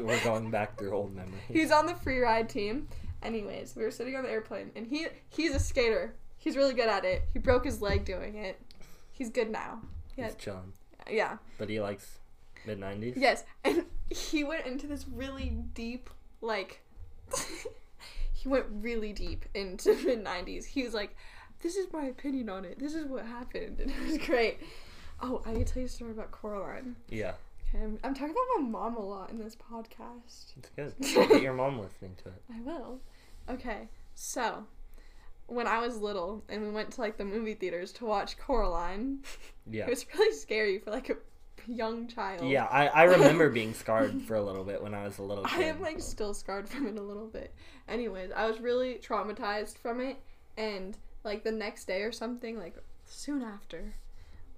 Speaker 2: We're going back through old memories.
Speaker 1: He's on the free ride team. Anyways, we were sitting on the airplane, and he he's a skater. He's really good at it. He broke his leg doing it. He's good now.
Speaker 2: He's chilling,
Speaker 1: Yeah.
Speaker 2: but he likes mid '90s.
Speaker 1: Yes. And he went into this really deep, like, he went really deep into mid '90s. He was like, this is my opinion on it. This is what happened. And it was great. Oh, I need to tell you a story about Coraline.
Speaker 2: Yeah,
Speaker 1: Okay, I'm, I'm talking about my mom a lot in this podcast.
Speaker 2: it's good. Get your mom listening to it.
Speaker 1: I will. Okay, so when I was little and we went to like the movie theaters to watch Coraline,
Speaker 2: Yeah.
Speaker 1: it was really scary for like a young child.
Speaker 2: Yeah, I, I remember being scarred for a little bit when I was a little kid.
Speaker 1: I am like still scarred from it a little bit. Anyways, I was really traumatized from it and like the next day or something, like soon after,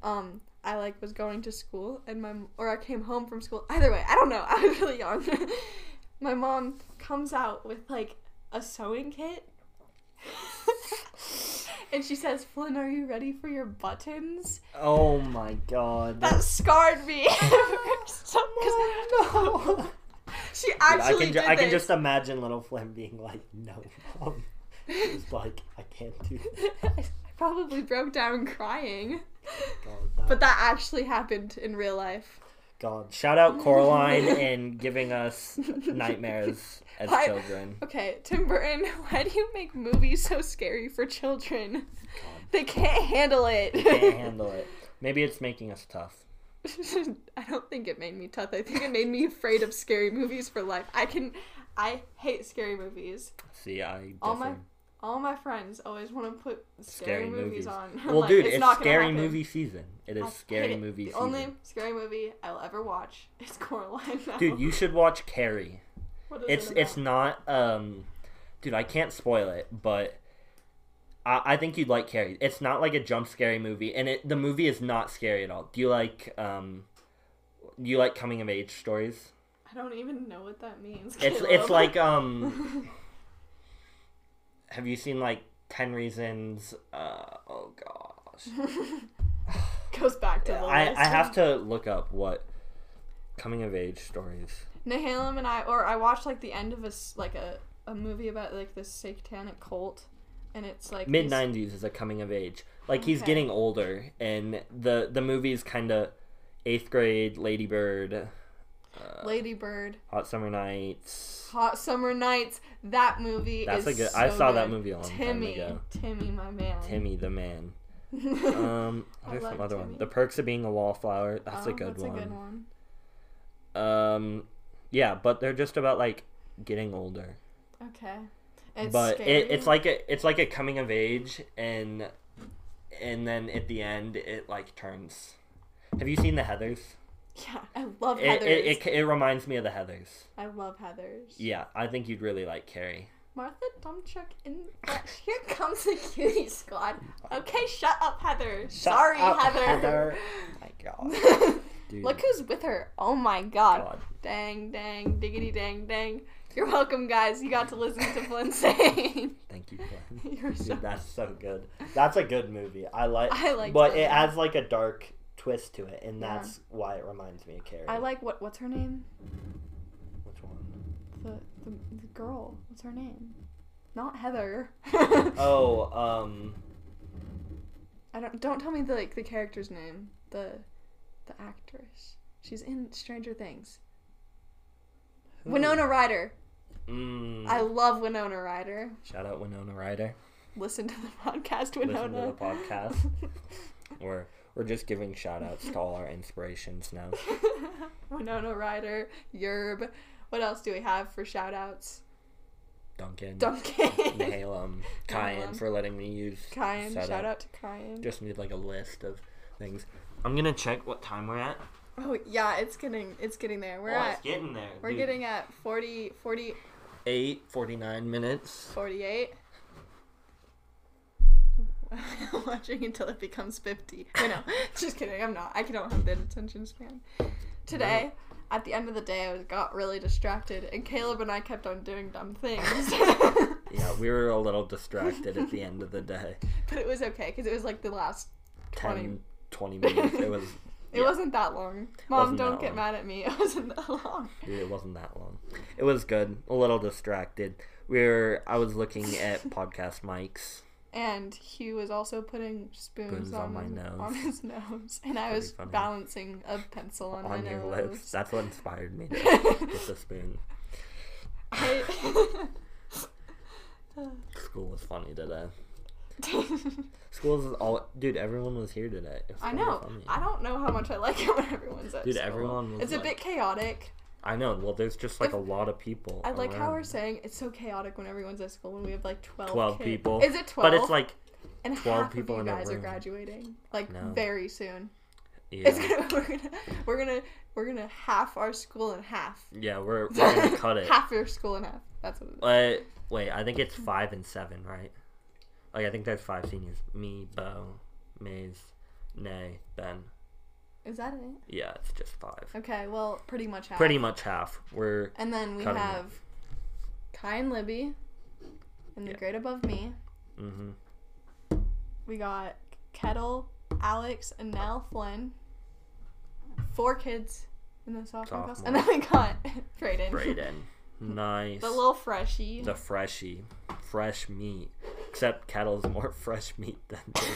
Speaker 1: um, I like was going to school and my or I came home from school. Either way, I don't know. I was really young. my mom comes out with like a sewing kit. and she says, "Flynn, are you ready for your buttons?"
Speaker 2: oh my god.
Speaker 1: that scarred me. so, 'cause- she
Speaker 2: Dude, I
Speaker 1: actually
Speaker 2: can, ju-
Speaker 1: did
Speaker 2: I can
Speaker 1: this.
Speaker 2: just imagine little Flynn being like, no, mom. She's like, I can't do that.
Speaker 1: I probably broke down crying.
Speaker 2: God, that-
Speaker 1: But that actually happened in real life.
Speaker 2: God. Shout out Coraline and giving us nightmares as
Speaker 1: I-
Speaker 2: children.
Speaker 1: Okay, Tim Burton, why do you make movies so scary for children? They can't handle it.
Speaker 2: Can't handle it. Maybe it's making us tough.
Speaker 1: I don't think it made me tough. I think it made me afraid of scary movies for life. I can I hate scary movies.
Speaker 2: See, I
Speaker 1: All my-
Speaker 2: differ.
Speaker 1: All my friends always want to put scary,
Speaker 2: Scary
Speaker 1: movies,
Speaker 2: movies.
Speaker 1: on.
Speaker 2: Well,
Speaker 1: Like,
Speaker 2: dude, it's,
Speaker 1: not gonna
Speaker 2: scary
Speaker 1: happen.
Speaker 2: movie season. It is
Speaker 1: I hate
Speaker 2: scary
Speaker 1: it.
Speaker 2: movie
Speaker 1: The
Speaker 2: season.
Speaker 1: only scary movie I'll ever watch is Coraline. Now.
Speaker 2: Dude, you should watch Carrie.
Speaker 1: What is it
Speaker 2: it's it's
Speaker 1: about?
Speaker 2: not um dude i can't spoil it but i i think you'd like carrie it's not like a jump scary movie and it the movie is not scary at all do you like um do you like coming of age stories
Speaker 1: I don't even know what that means.
Speaker 2: it's
Speaker 1: Caleb.
Speaker 2: it's like um have you seen like 10 reasons uh oh gosh
Speaker 1: goes back to the
Speaker 2: i
Speaker 1: list.
Speaker 2: i have to look up what coming of age stories
Speaker 1: Nihalem and I, or I watched like the end of a s- like a, a movie about like this satanic cult, and it's like
Speaker 2: mid
Speaker 1: these-
Speaker 2: nineties is a coming of age. Like he's
Speaker 1: Okay.
Speaker 2: getting older, and the the movie's kind of eighth grade, Lady Bird,
Speaker 1: Lady Bird,
Speaker 2: Hot Summer Nights.
Speaker 1: Hot Summer Nights. That movie.
Speaker 2: That's
Speaker 1: is
Speaker 2: a good- I
Speaker 1: so
Speaker 2: saw that
Speaker 1: good.
Speaker 2: movie a long time
Speaker 1: Timmy,
Speaker 2: ago.
Speaker 1: Timmy, my man.
Speaker 2: Timmy the Man. Um,
Speaker 1: I
Speaker 2: there's
Speaker 1: love
Speaker 2: some other
Speaker 1: Timmy.
Speaker 2: one. The Perks of Being a Wallflower. That's
Speaker 1: Oh,
Speaker 2: a good
Speaker 1: that's
Speaker 2: one.
Speaker 1: a good one.
Speaker 2: Um, yeah, but they're just about like getting older.
Speaker 1: Okay. It's
Speaker 2: but
Speaker 1: scary.
Speaker 2: it, it's like a it's like a coming of age, and and then at the end it like turns. Have you seen the Heathers?
Speaker 1: yeah, I love
Speaker 2: It,
Speaker 1: Heather's.
Speaker 2: it, it it reminds me of the Heathers.
Speaker 1: I love Heather's.
Speaker 2: Yeah, I think you'd really like Carrie.
Speaker 1: Martha Dumchuk in here comes the cutie squad. Okay, shut up, Heather. Sorry, Heather.
Speaker 2: My God, dude.
Speaker 1: Look who's with her. Oh my god.
Speaker 2: God.
Speaker 1: Dang, dang, diggity, dang, dang. You're welcome, guys. You got to listen to Flynn saying.
Speaker 2: Thank you, Glenn.
Speaker 1: You're so.
Speaker 2: Dude, that's so good. That's a good movie. I like.
Speaker 1: I liked
Speaker 2: but
Speaker 1: that
Speaker 2: it
Speaker 1: one.
Speaker 2: has like a dark twist to it, and
Speaker 1: Yeah.
Speaker 2: that's why it reminds me of Carrie.
Speaker 1: I like what? What's her name?
Speaker 2: Which one?
Speaker 1: The the, the girl. What's her name? Not Heather.
Speaker 2: Oh, um,
Speaker 1: I don't don't tell me the like the character's name. The the actress. She's in Stranger Things.
Speaker 2: who-
Speaker 1: Winona Ryder.
Speaker 2: Mm,
Speaker 1: I love Winona Ryder.
Speaker 2: shout out Winona Ryder.
Speaker 1: Listen to the podcast, Winona.
Speaker 2: Listen to the podcast. We're we're just giving shout outs to all our inspirations now.
Speaker 1: Winona Ryder, Yerb. What else do we have for shout outs?
Speaker 2: Duncan,
Speaker 1: Duncan.
Speaker 2: Nahalem, Kyan
Speaker 1: Nahalem.
Speaker 2: for letting me use
Speaker 1: Kyan.
Speaker 2: shout out.
Speaker 1: Shout, out. to Kyan.
Speaker 2: Just need like a list of things. I'm gonna check what time we're at.
Speaker 1: Oh yeah, it's getting it's getting there. We're
Speaker 2: oh,
Speaker 1: at
Speaker 2: it's getting there.
Speaker 1: we're
Speaker 2: dude.
Speaker 1: getting at 40, 40,
Speaker 2: eight forty-nine minutes.
Speaker 1: 48. Watching until it becomes 50. I know. Just kidding. I'm not. I don't have that attention span. Today, at the end of the day, I was- got really distracted, and Caleb and I kept on doing dumb things.
Speaker 2: Yeah, we were a little distracted at the end of the day.
Speaker 1: but it was okay because it was like the last.
Speaker 2: 10, 20 minutes. It was.
Speaker 1: It
Speaker 2: Yeah.
Speaker 1: wasn't that long. Mom,
Speaker 2: Wasn't
Speaker 1: don't
Speaker 2: that
Speaker 1: get
Speaker 2: long.
Speaker 1: mad at me. It wasn't that long.
Speaker 2: Dude, it wasn't that long. It was good. A little distracted. We were. I was looking at podcast mics.
Speaker 1: And Hugh was also putting spoons,
Speaker 2: Spoons
Speaker 1: on,
Speaker 2: on my
Speaker 1: his,
Speaker 2: nose.
Speaker 1: on his nose, and I was
Speaker 2: Pretty funny.
Speaker 1: balancing a pencil on,
Speaker 2: on
Speaker 1: my
Speaker 2: your
Speaker 1: nose.
Speaker 2: lips. That's what inspired me to get the spoon.
Speaker 1: I-
Speaker 2: School was funny today. School's is all dude. Everyone was here today. It was
Speaker 1: I
Speaker 2: kinda
Speaker 1: know.
Speaker 2: funny.
Speaker 1: I don't know how much I like it when everyone's at
Speaker 2: Dude,
Speaker 1: school.
Speaker 2: everyone was
Speaker 1: It's a
Speaker 2: like-
Speaker 1: bit chaotic.
Speaker 2: I know. Well, there's just like
Speaker 1: If-
Speaker 2: a lot of people.
Speaker 1: I like how
Speaker 2: around.
Speaker 1: we're saying it's so chaotic when everyone's at school when we have like twelve.
Speaker 2: 12
Speaker 1: kids.
Speaker 2: people.
Speaker 1: Is it twelve?
Speaker 2: But it's like
Speaker 1: and
Speaker 2: 12
Speaker 1: half
Speaker 2: people
Speaker 1: of
Speaker 2: in
Speaker 1: you
Speaker 2: a
Speaker 1: guys are
Speaker 2: room.
Speaker 1: graduating like
Speaker 2: No.
Speaker 1: very soon. It's
Speaker 2: yeah,
Speaker 1: gonna, we're gonna we're gonna we're gonna half our school in half.
Speaker 2: yeah. We're, we're gonna cut it.
Speaker 1: half your school in half. That's what it is.
Speaker 2: But wait, I think it's five and seven, right? Like I think there's five seniors. Me, Bo, Maze, Nay, Ben.
Speaker 1: Is that it?
Speaker 2: Yeah, it's just five.
Speaker 1: Okay, well, pretty much half.
Speaker 2: Pretty much half. We're
Speaker 1: And then we
Speaker 2: Cutting it.
Speaker 1: have Kai and Libby, and the
Speaker 2: Yeah.
Speaker 1: grade above me.
Speaker 2: mm-hmm.
Speaker 1: We got Kettle, Alex, and Nell Flynn. Four kids in the sophomore, class, and then we got Brayden,
Speaker 2: Brayden. nice.
Speaker 1: the little freshie.
Speaker 2: The freshie, fresh meat. Except Kettle's more fresh meat than. Brayden.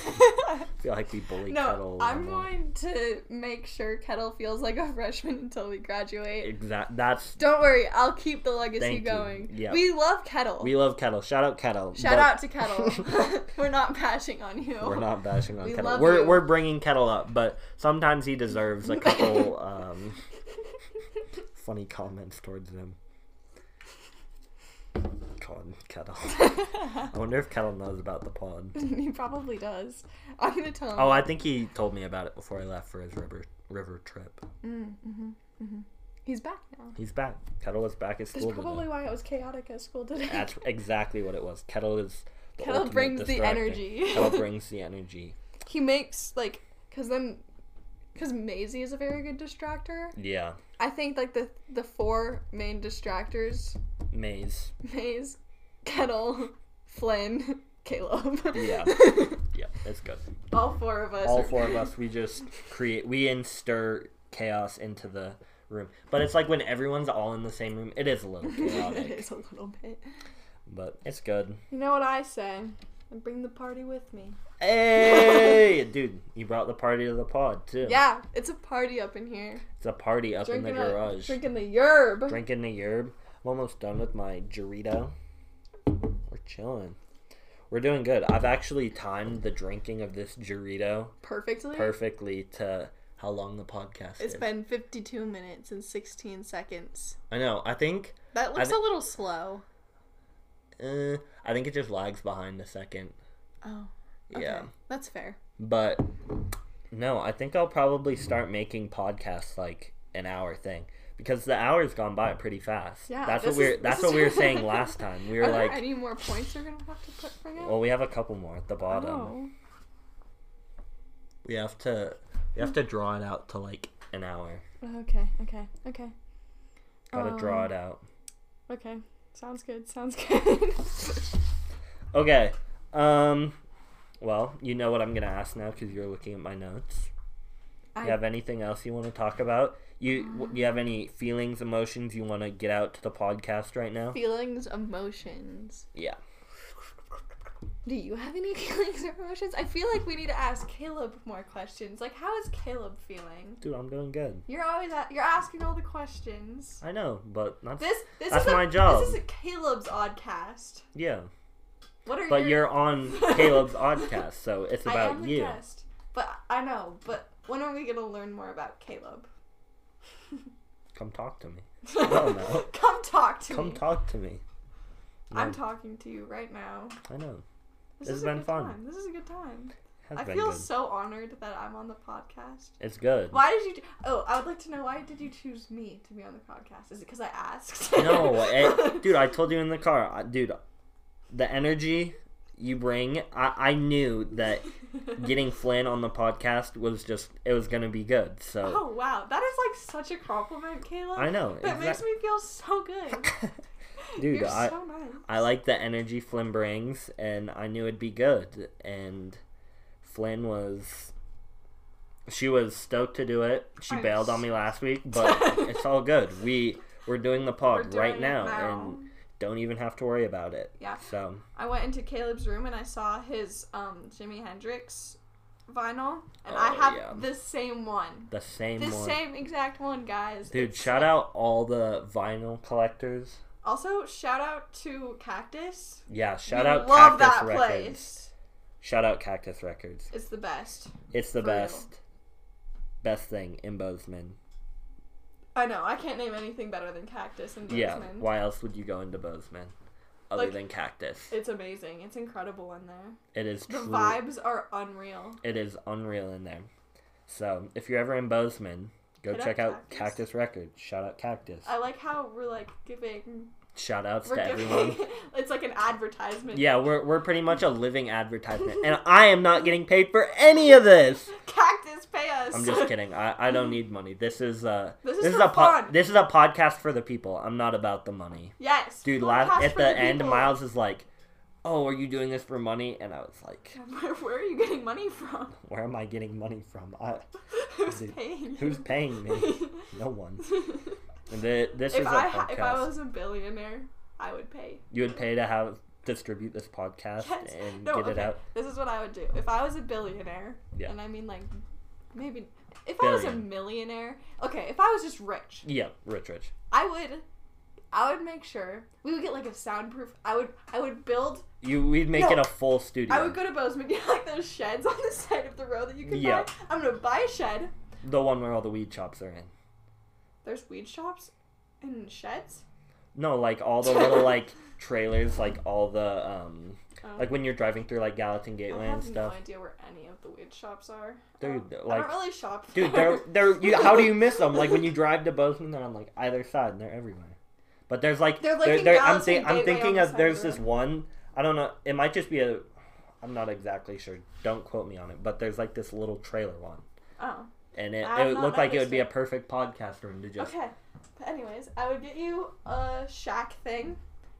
Speaker 2: I feel like we bully
Speaker 1: no,
Speaker 2: Kettle.
Speaker 1: I'm going to make sure Kettle feels like a freshman until we graduate.
Speaker 2: Exact. That's
Speaker 1: Don't worry, I'll keep the legacy
Speaker 2: Thank you.
Speaker 1: going.
Speaker 2: Yeah.
Speaker 1: We love Kettle.
Speaker 2: we love Kettle. Shout out Kettle.
Speaker 1: Shout
Speaker 2: But
Speaker 1: out to Kettle. we're not bashing on you.
Speaker 2: We're not bashing on
Speaker 1: We
Speaker 2: Kettle.
Speaker 1: love
Speaker 2: We're
Speaker 1: you.
Speaker 2: we're bringing Kettle up, but sometimes he deserves a couple um, funny comments towards him. Con Kettle. I wonder if Kettle knows about the pod.
Speaker 1: he probably does. I'm gonna tell him.
Speaker 2: Oh, I think he told me about it before he left for his river river trip.
Speaker 1: Mm, mm-hmm, He's back now.
Speaker 2: He's back. Kettle was back at
Speaker 1: That's
Speaker 2: school
Speaker 1: probably
Speaker 2: today.
Speaker 1: why it was chaotic at school today.
Speaker 2: That's exactly what it was. Kettle is. the
Speaker 1: Kettle
Speaker 2: ultimate
Speaker 1: brings the
Speaker 2: distractor.
Speaker 1: energy.
Speaker 2: Kettle brings the energy.
Speaker 1: he makes like, cause then, cause Maisie is a very good distractor.
Speaker 2: Yeah,
Speaker 1: I think like the the four main distractors:
Speaker 2: Maze.
Speaker 1: Maze, Kettle, Flynn, Caleb.
Speaker 2: Yeah. Yeah, that's good.
Speaker 1: All four of us.
Speaker 2: all
Speaker 1: are-
Speaker 2: four of us we just create we instir chaos into the room but it's like when everyone's all in the same room it is a little
Speaker 1: it
Speaker 2: chaotic
Speaker 1: is a little bit.
Speaker 2: but it's good
Speaker 1: You know what I say? I bring the party with me.
Speaker 2: hey dude you brought the party to the pod too
Speaker 1: Yeah, it's a party up in here.
Speaker 2: it's a party up
Speaker 1: Drinking
Speaker 2: in the
Speaker 1: a-
Speaker 2: garage
Speaker 1: drinking the yerb.
Speaker 2: drinking the yerb i'm almost done with my Dorito. we're chilling we're doing good i've actually timed the drinking of this Dorito
Speaker 1: Perfectly.
Speaker 2: perfectly to how long the podcast
Speaker 1: It's
Speaker 2: is
Speaker 1: been 52 minutes and 16 seconds.
Speaker 2: i know i think
Speaker 1: That looks
Speaker 2: thi-
Speaker 1: a little slow.
Speaker 2: Uh, I think it just lags behind a second.
Speaker 1: Oh.
Speaker 2: Yeah.
Speaker 1: That's fair.
Speaker 2: But no, I think I'll probably start making podcasts like an hour thing because the hour's gone by pretty fast.
Speaker 1: Yeah,
Speaker 2: that's
Speaker 1: this
Speaker 2: what we
Speaker 1: is-
Speaker 2: are that's
Speaker 1: this
Speaker 2: what we
Speaker 1: is-
Speaker 2: were saying last time. We were
Speaker 1: Are
Speaker 2: like,
Speaker 1: there any more points you're going to have to put for now?
Speaker 2: well, we have a couple more at the bottom. We have to we have to draw it out to like an hour.
Speaker 1: Oh. Okay, okay, okay.
Speaker 2: Got to
Speaker 1: Um,
Speaker 2: draw it out.
Speaker 1: Okay. Sounds good. Sounds good.
Speaker 2: Okay. Um well, you know what I'm going to ask now cuz you're looking at my notes.
Speaker 1: I- Um.
Speaker 2: You have anything else you want to talk about? You w- you have any feelings, emotions you want to get out to the podcast right now?
Speaker 1: feelings, emotions.
Speaker 2: Yeah.
Speaker 1: Do you have any feelings or emotions? I feel like we need to ask Caleb more questions. Like, how is Caleb feeling?
Speaker 2: Dude, I'm doing good.
Speaker 1: You're always a- you're asking all the questions.
Speaker 2: I know, but that's
Speaker 1: This this
Speaker 2: That's
Speaker 1: is a,
Speaker 2: my job.
Speaker 1: This is a Caleb's oddcast.
Speaker 2: yeah.
Speaker 1: What are
Speaker 2: But
Speaker 1: your-
Speaker 2: you're on Caleb's oddcast, so it's
Speaker 1: I am
Speaker 2: about
Speaker 1: the
Speaker 2: you.
Speaker 1: guest, but I know. But when are we gonna learn more about Caleb?
Speaker 2: Come talk to me. don't know.
Speaker 1: Come talk to
Speaker 2: Come
Speaker 1: me.
Speaker 2: talk to me.
Speaker 1: I'm
Speaker 2: No,
Speaker 1: talking to you right now.
Speaker 2: I know. This
Speaker 1: This, is
Speaker 2: has
Speaker 1: a
Speaker 2: been
Speaker 1: good
Speaker 2: fun.
Speaker 1: Time. This is a good time.
Speaker 2: Has
Speaker 1: I
Speaker 2: been
Speaker 1: feel
Speaker 2: good.
Speaker 1: so honored that I'm on the podcast.
Speaker 2: It's good.
Speaker 1: Why did you? Do- oh, I would like to know why did you choose me to be on the podcast? Is it because I asked?
Speaker 2: No, eh, dude, I told you in the car, I- dude, the energy you bring, I, I knew that getting Flynn on the podcast was just, it was going to be good. So
Speaker 1: Oh wow, that is like such a compliment, Caleb.
Speaker 2: I know.
Speaker 1: That makes
Speaker 2: exact-
Speaker 1: me feel so good.
Speaker 2: dude,
Speaker 1: You're
Speaker 2: I,
Speaker 1: so nice.
Speaker 2: I like the energy Flynn brings, and I knew it'd be good. And Flynn was. She was stoked to do it. She
Speaker 1: I'm
Speaker 2: bailed on me last week, but it's all good. We we're doing the
Speaker 1: We're
Speaker 2: pod
Speaker 1: doing
Speaker 2: right
Speaker 1: it
Speaker 2: now, and don't even have to worry about it.
Speaker 1: Yeah.
Speaker 2: So
Speaker 1: I went into Caleb's room and I saw his um Jimi Hendrix vinyl,
Speaker 2: Oh,
Speaker 1: and I have
Speaker 2: yeah.
Speaker 1: the same one,
Speaker 2: the same
Speaker 1: the
Speaker 2: one.
Speaker 1: same exact one, guys.
Speaker 2: Dude,
Speaker 1: It's-
Speaker 2: shout out all the vinyl collectors.
Speaker 1: Also, shout out to Cactus.
Speaker 2: Yeah, shout
Speaker 1: We
Speaker 2: out
Speaker 1: love
Speaker 2: Cactus
Speaker 1: that
Speaker 2: Records.
Speaker 1: place.
Speaker 2: Shout out Cactus Records.
Speaker 1: It's the best.
Speaker 2: It's the
Speaker 1: For real.
Speaker 2: best. Best thing in Bozeman.
Speaker 1: I know. I can't name anything better than Cactus and Bozeman.
Speaker 2: Yeah. Why else would you go into Bozeman other
Speaker 1: Like-
Speaker 2: than Cactus?
Speaker 1: It's amazing. It's incredible in there.
Speaker 2: it is
Speaker 1: The
Speaker 2: true.
Speaker 1: vibes are unreal.
Speaker 2: It is unreal in there. So if you're ever in Bozeman, go
Speaker 1: Hit up
Speaker 2: check out
Speaker 1: Cactus.
Speaker 2: Cactus. Records. Shout out Cactus.
Speaker 1: I like how we're like giving.
Speaker 2: Shout outs
Speaker 1: We're
Speaker 2: to everyone.
Speaker 1: giving. it's like an advertisement.
Speaker 2: Yeah, we're, we're pretty much a living advertisement. and I am not getting paid for any of this.
Speaker 1: Cactus, pay us.
Speaker 2: I'm just kidding. I, I don't need money. This is uh
Speaker 1: This is
Speaker 2: this is
Speaker 1: for
Speaker 2: a po-
Speaker 1: fun.
Speaker 2: this is a podcast for the people. I'm not about the money.
Speaker 1: yes,
Speaker 2: Dude,
Speaker 1: podcast
Speaker 2: last at
Speaker 1: for
Speaker 2: the, end
Speaker 1: people.
Speaker 2: Miles is like, "Oh, are you doing this for money?" And I was like,
Speaker 1: Where, where are you getting money from?
Speaker 2: "Where am I getting money from? I,
Speaker 1: Who's
Speaker 2: Dude,
Speaker 1: paying?
Speaker 2: who's
Speaker 1: you?
Speaker 2: paying me? No one." The, this
Speaker 1: if
Speaker 2: is a
Speaker 1: I ha-
Speaker 2: podcast.
Speaker 1: if I was a billionaire, I would pay.
Speaker 2: you would pay to have distribute this podcast
Speaker 1: Yes.
Speaker 2: and
Speaker 1: No,
Speaker 2: get it
Speaker 1: okay.
Speaker 2: out.
Speaker 1: This is what I would do. If I was a billionaire,
Speaker 2: Yeah.
Speaker 1: and I mean like maybe if I was a
Speaker 2: Billion.
Speaker 1: millionaire, okay, if I was just rich,
Speaker 2: Yeah, rich, rich.
Speaker 1: I would I would make sure we would get like a soundproof I would I would build
Speaker 2: You we'd make
Speaker 1: No.
Speaker 2: it a full studio.
Speaker 1: I would go to Bozeman, get like those sheds on the side of the road that you can
Speaker 2: Yeah.
Speaker 1: buy. I'm gonna buy a shed.
Speaker 2: the one where all the weed shops are in.
Speaker 1: There's weed shops and sheds.
Speaker 2: No, like all the little like trailers, like all the um,
Speaker 1: Um,
Speaker 2: like when you're driving through like Gallatin
Speaker 1: I
Speaker 2: Gateway and
Speaker 1: have
Speaker 2: stuff.
Speaker 1: no idea where any of the weed shops are. Um,
Speaker 2: Dude,
Speaker 1: I don't- I
Speaker 2: like-
Speaker 1: don't really shop.
Speaker 2: Dude,
Speaker 1: there.
Speaker 2: they're they're you, how do you miss them? Like when you drive to Bozeman, they're on like either side, and they're everywhere. But there's like
Speaker 1: They're, like, in
Speaker 2: I'm,
Speaker 1: Gallatin
Speaker 2: I'm
Speaker 1: Gateway on
Speaker 2: thinking
Speaker 1: the
Speaker 2: of
Speaker 1: side
Speaker 2: there's
Speaker 1: of the
Speaker 2: this one. I don't know. It might just be a. I'm not exactly sure. Don't quote me on it. But there's like this little trailer one,
Speaker 1: Oh,
Speaker 2: and it,
Speaker 1: I have
Speaker 2: it
Speaker 1: not
Speaker 2: looked like it
Speaker 1: noticed
Speaker 2: would be a
Speaker 1: it.
Speaker 2: perfect podcast room to just.
Speaker 1: okay. But anyways, I would get you a shack thing,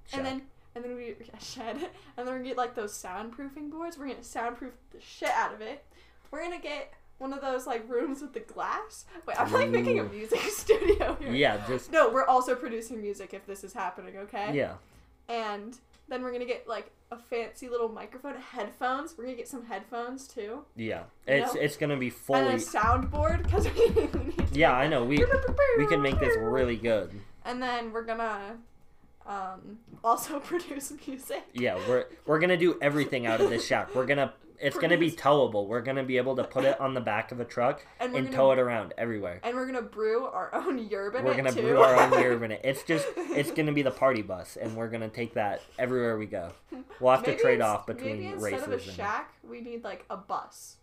Speaker 2: shut.
Speaker 1: and then and then we a shed, and then we get like those soundproofing boards. We're gonna soundproof the shit out of it. We're gonna get one of those like rooms with the glass. Wait, I'm like making a
Speaker 2: Ooh.
Speaker 1: music studio here.
Speaker 2: yeah, just
Speaker 1: No, we're also producing music if this is happening, okay?
Speaker 2: yeah.
Speaker 1: And then we're gonna get like a fancy little microphone, headphones. We're gonna get some headphones too.
Speaker 2: Yeah, it's
Speaker 1: know?
Speaker 2: it's gonna be fully.
Speaker 1: and a soundboard because we
Speaker 2: Yeah, I know. We we can make this really good.
Speaker 1: And then we're gonna um, also produce music.
Speaker 2: Yeah, we're we're gonna do everything out of this shack. We're gonna it's gonna be
Speaker 1: Produce-
Speaker 2: towable. We're gonna be able to put it on the back of a truck
Speaker 1: And
Speaker 2: and,
Speaker 1: we're
Speaker 2: tow
Speaker 1: gonna
Speaker 2: it around everywhere.
Speaker 1: and we're gonna brew our own yerba. in
Speaker 2: We're
Speaker 1: it,
Speaker 2: gonna
Speaker 1: too.
Speaker 2: brew our own beer in it. It's just it's gonna be the party bus, and we're gonna take that everywhere we go. We'll have to
Speaker 1: Maybe
Speaker 2: trade
Speaker 1: ins-
Speaker 2: off between
Speaker 1: maybe instead
Speaker 2: races.
Speaker 1: of a
Speaker 2: and-
Speaker 1: shack, we need like a bus.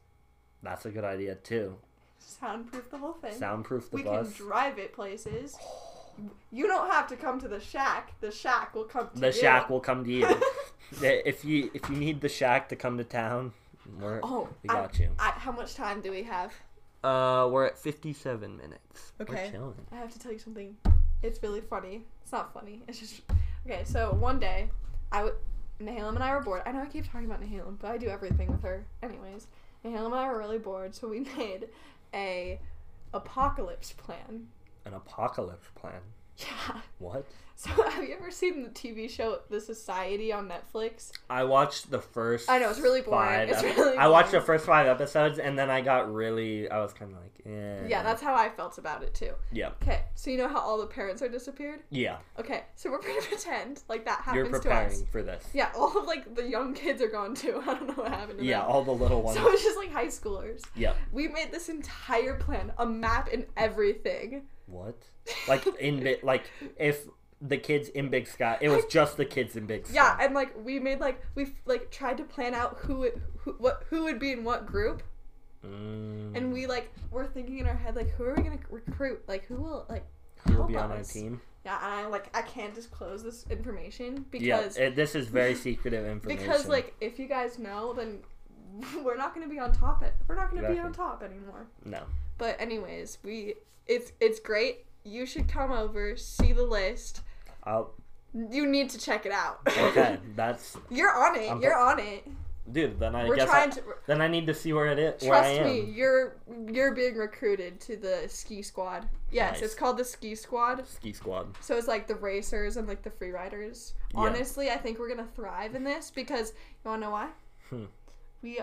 Speaker 2: that's a good idea too.
Speaker 1: Soundproof the whole thing.
Speaker 2: Soundproof the
Speaker 1: we
Speaker 2: bus.
Speaker 1: can drive it places. You don't have to come to the shack. The shack will come to
Speaker 2: the
Speaker 1: you.
Speaker 2: shack will come to you. if you if you need the shack to come to town, we're,
Speaker 1: Oh,
Speaker 2: we
Speaker 1: I-
Speaker 2: got you.
Speaker 1: I, how much time do we have?
Speaker 2: Uh, we're at 57 minutes.
Speaker 1: Okay.
Speaker 2: We're chilling.
Speaker 1: I have to tell you something. It's really funny. It's not funny. It's just okay. So one day, I would Nahalem and I were bored. I know I keep talking about Nahalem, but I do everything with her. Anyways, Nahalem and I were really bored, so we made a apocalypse plan.
Speaker 2: An apocalypse plan.
Speaker 1: Yeah.
Speaker 2: What?
Speaker 1: So have you ever seen the TV show The Society on Netflix?
Speaker 2: I watched the first.
Speaker 1: I know, it's really boring.
Speaker 2: five
Speaker 1: It's
Speaker 2: ep-
Speaker 1: really
Speaker 2: I watched the
Speaker 1: boring.
Speaker 2: first five episodes, and then I got really. I was kind of like, eh.
Speaker 1: Yeah, that's how I felt about it too.
Speaker 2: yeah,
Speaker 1: Okay, so you know how all the parents are disappeared?
Speaker 2: yeah.
Speaker 1: Okay, so we're gonna pretend like that
Speaker 2: You're
Speaker 1: happens to us.
Speaker 2: preparing for this.
Speaker 1: Yeah, all of like the young kids are gone too. I don't know what happened. To
Speaker 2: Yeah,
Speaker 1: them.
Speaker 2: all the little ones.
Speaker 1: So it's just like high schoolers.
Speaker 2: yeah.
Speaker 1: We made this entire plan, a map and everything.
Speaker 2: What? Like in Bi- like if the kids in Big Sky, it was just the kids in Big Sky.
Speaker 1: Yeah, and like we made like we like tried to plan out who it, who what who would be in what group,
Speaker 2: Mm,
Speaker 1: and we like were thinking in our head like who are we gonna recruit? Like who will like
Speaker 2: who will
Speaker 1: help
Speaker 2: be on our
Speaker 1: us?
Speaker 2: team?
Speaker 1: Yeah, and I like I can't disclose this information
Speaker 2: Yeah,
Speaker 1: because
Speaker 2: it, this is very secretive information.
Speaker 1: because like if you guys know then we're not gonna be on top it we're not gonna be
Speaker 2: Exactly.
Speaker 1: on top anymore.
Speaker 2: no,
Speaker 1: But anyways, we it's it's great. You should come over, see the list.
Speaker 2: I'll,
Speaker 1: You need to check it out.
Speaker 2: okay, that's
Speaker 1: you're on it.
Speaker 2: I'm-
Speaker 1: you're on it.
Speaker 2: dude. Then I
Speaker 1: We're
Speaker 2: guess I-
Speaker 1: trying to
Speaker 2: Then I need to see where it is. where I
Speaker 1: trust
Speaker 2: am.
Speaker 1: me. You're you're being recruited to the ski squad. Yes,
Speaker 2: Nice.
Speaker 1: it's called the ski squad.
Speaker 2: Ski squad.
Speaker 1: So it's like the racers and like the free riders.
Speaker 2: Yeah.
Speaker 1: Honestly, I think we're gonna thrive in this because you wanna know why?
Speaker 2: Hmm.
Speaker 1: We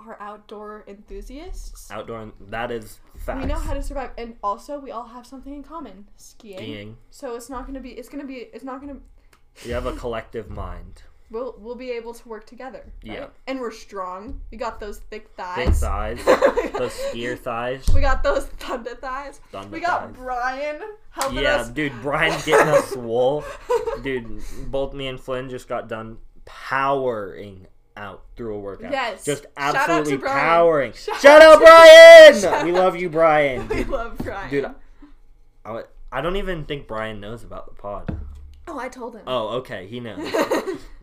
Speaker 1: are outdoor enthusiasts.
Speaker 2: Outdoor. and- That is facts.
Speaker 1: We know how to survive, and also we all have something in common: skiing.
Speaker 2: Skiing.
Speaker 1: So it's not gonna be. It's gonna be. It's not gonna.
Speaker 2: You have a collective mind.
Speaker 1: we'll we'll be able to work together. right?
Speaker 2: Yeah.
Speaker 1: And we're strong. We got those thick
Speaker 2: Thick
Speaker 1: thighs.
Speaker 2: thighs, those skier thighs.
Speaker 1: we got those thunder thighs.
Speaker 2: Thunder
Speaker 1: we got
Speaker 2: thighs.
Speaker 1: Brian helping
Speaker 2: Yeah,
Speaker 1: us.
Speaker 2: dude, Brian's getting us swole. Dude, both me and Flynn just got done powering out through a workout.
Speaker 1: Yes.
Speaker 2: Just
Speaker 1: Shout out to
Speaker 2: absolutely
Speaker 1: Brian.
Speaker 2: powering.
Speaker 1: Shout
Speaker 2: Shout, out,
Speaker 1: out to-
Speaker 2: Brian!
Speaker 1: Shout
Speaker 2: we
Speaker 1: out-
Speaker 2: love you, Brian.
Speaker 1: we
Speaker 2: Dude,
Speaker 1: love Brian.
Speaker 2: dude, I, I don't even think Brian knows about the pod.
Speaker 1: oh, I told him.
Speaker 2: Oh, okay, he knows.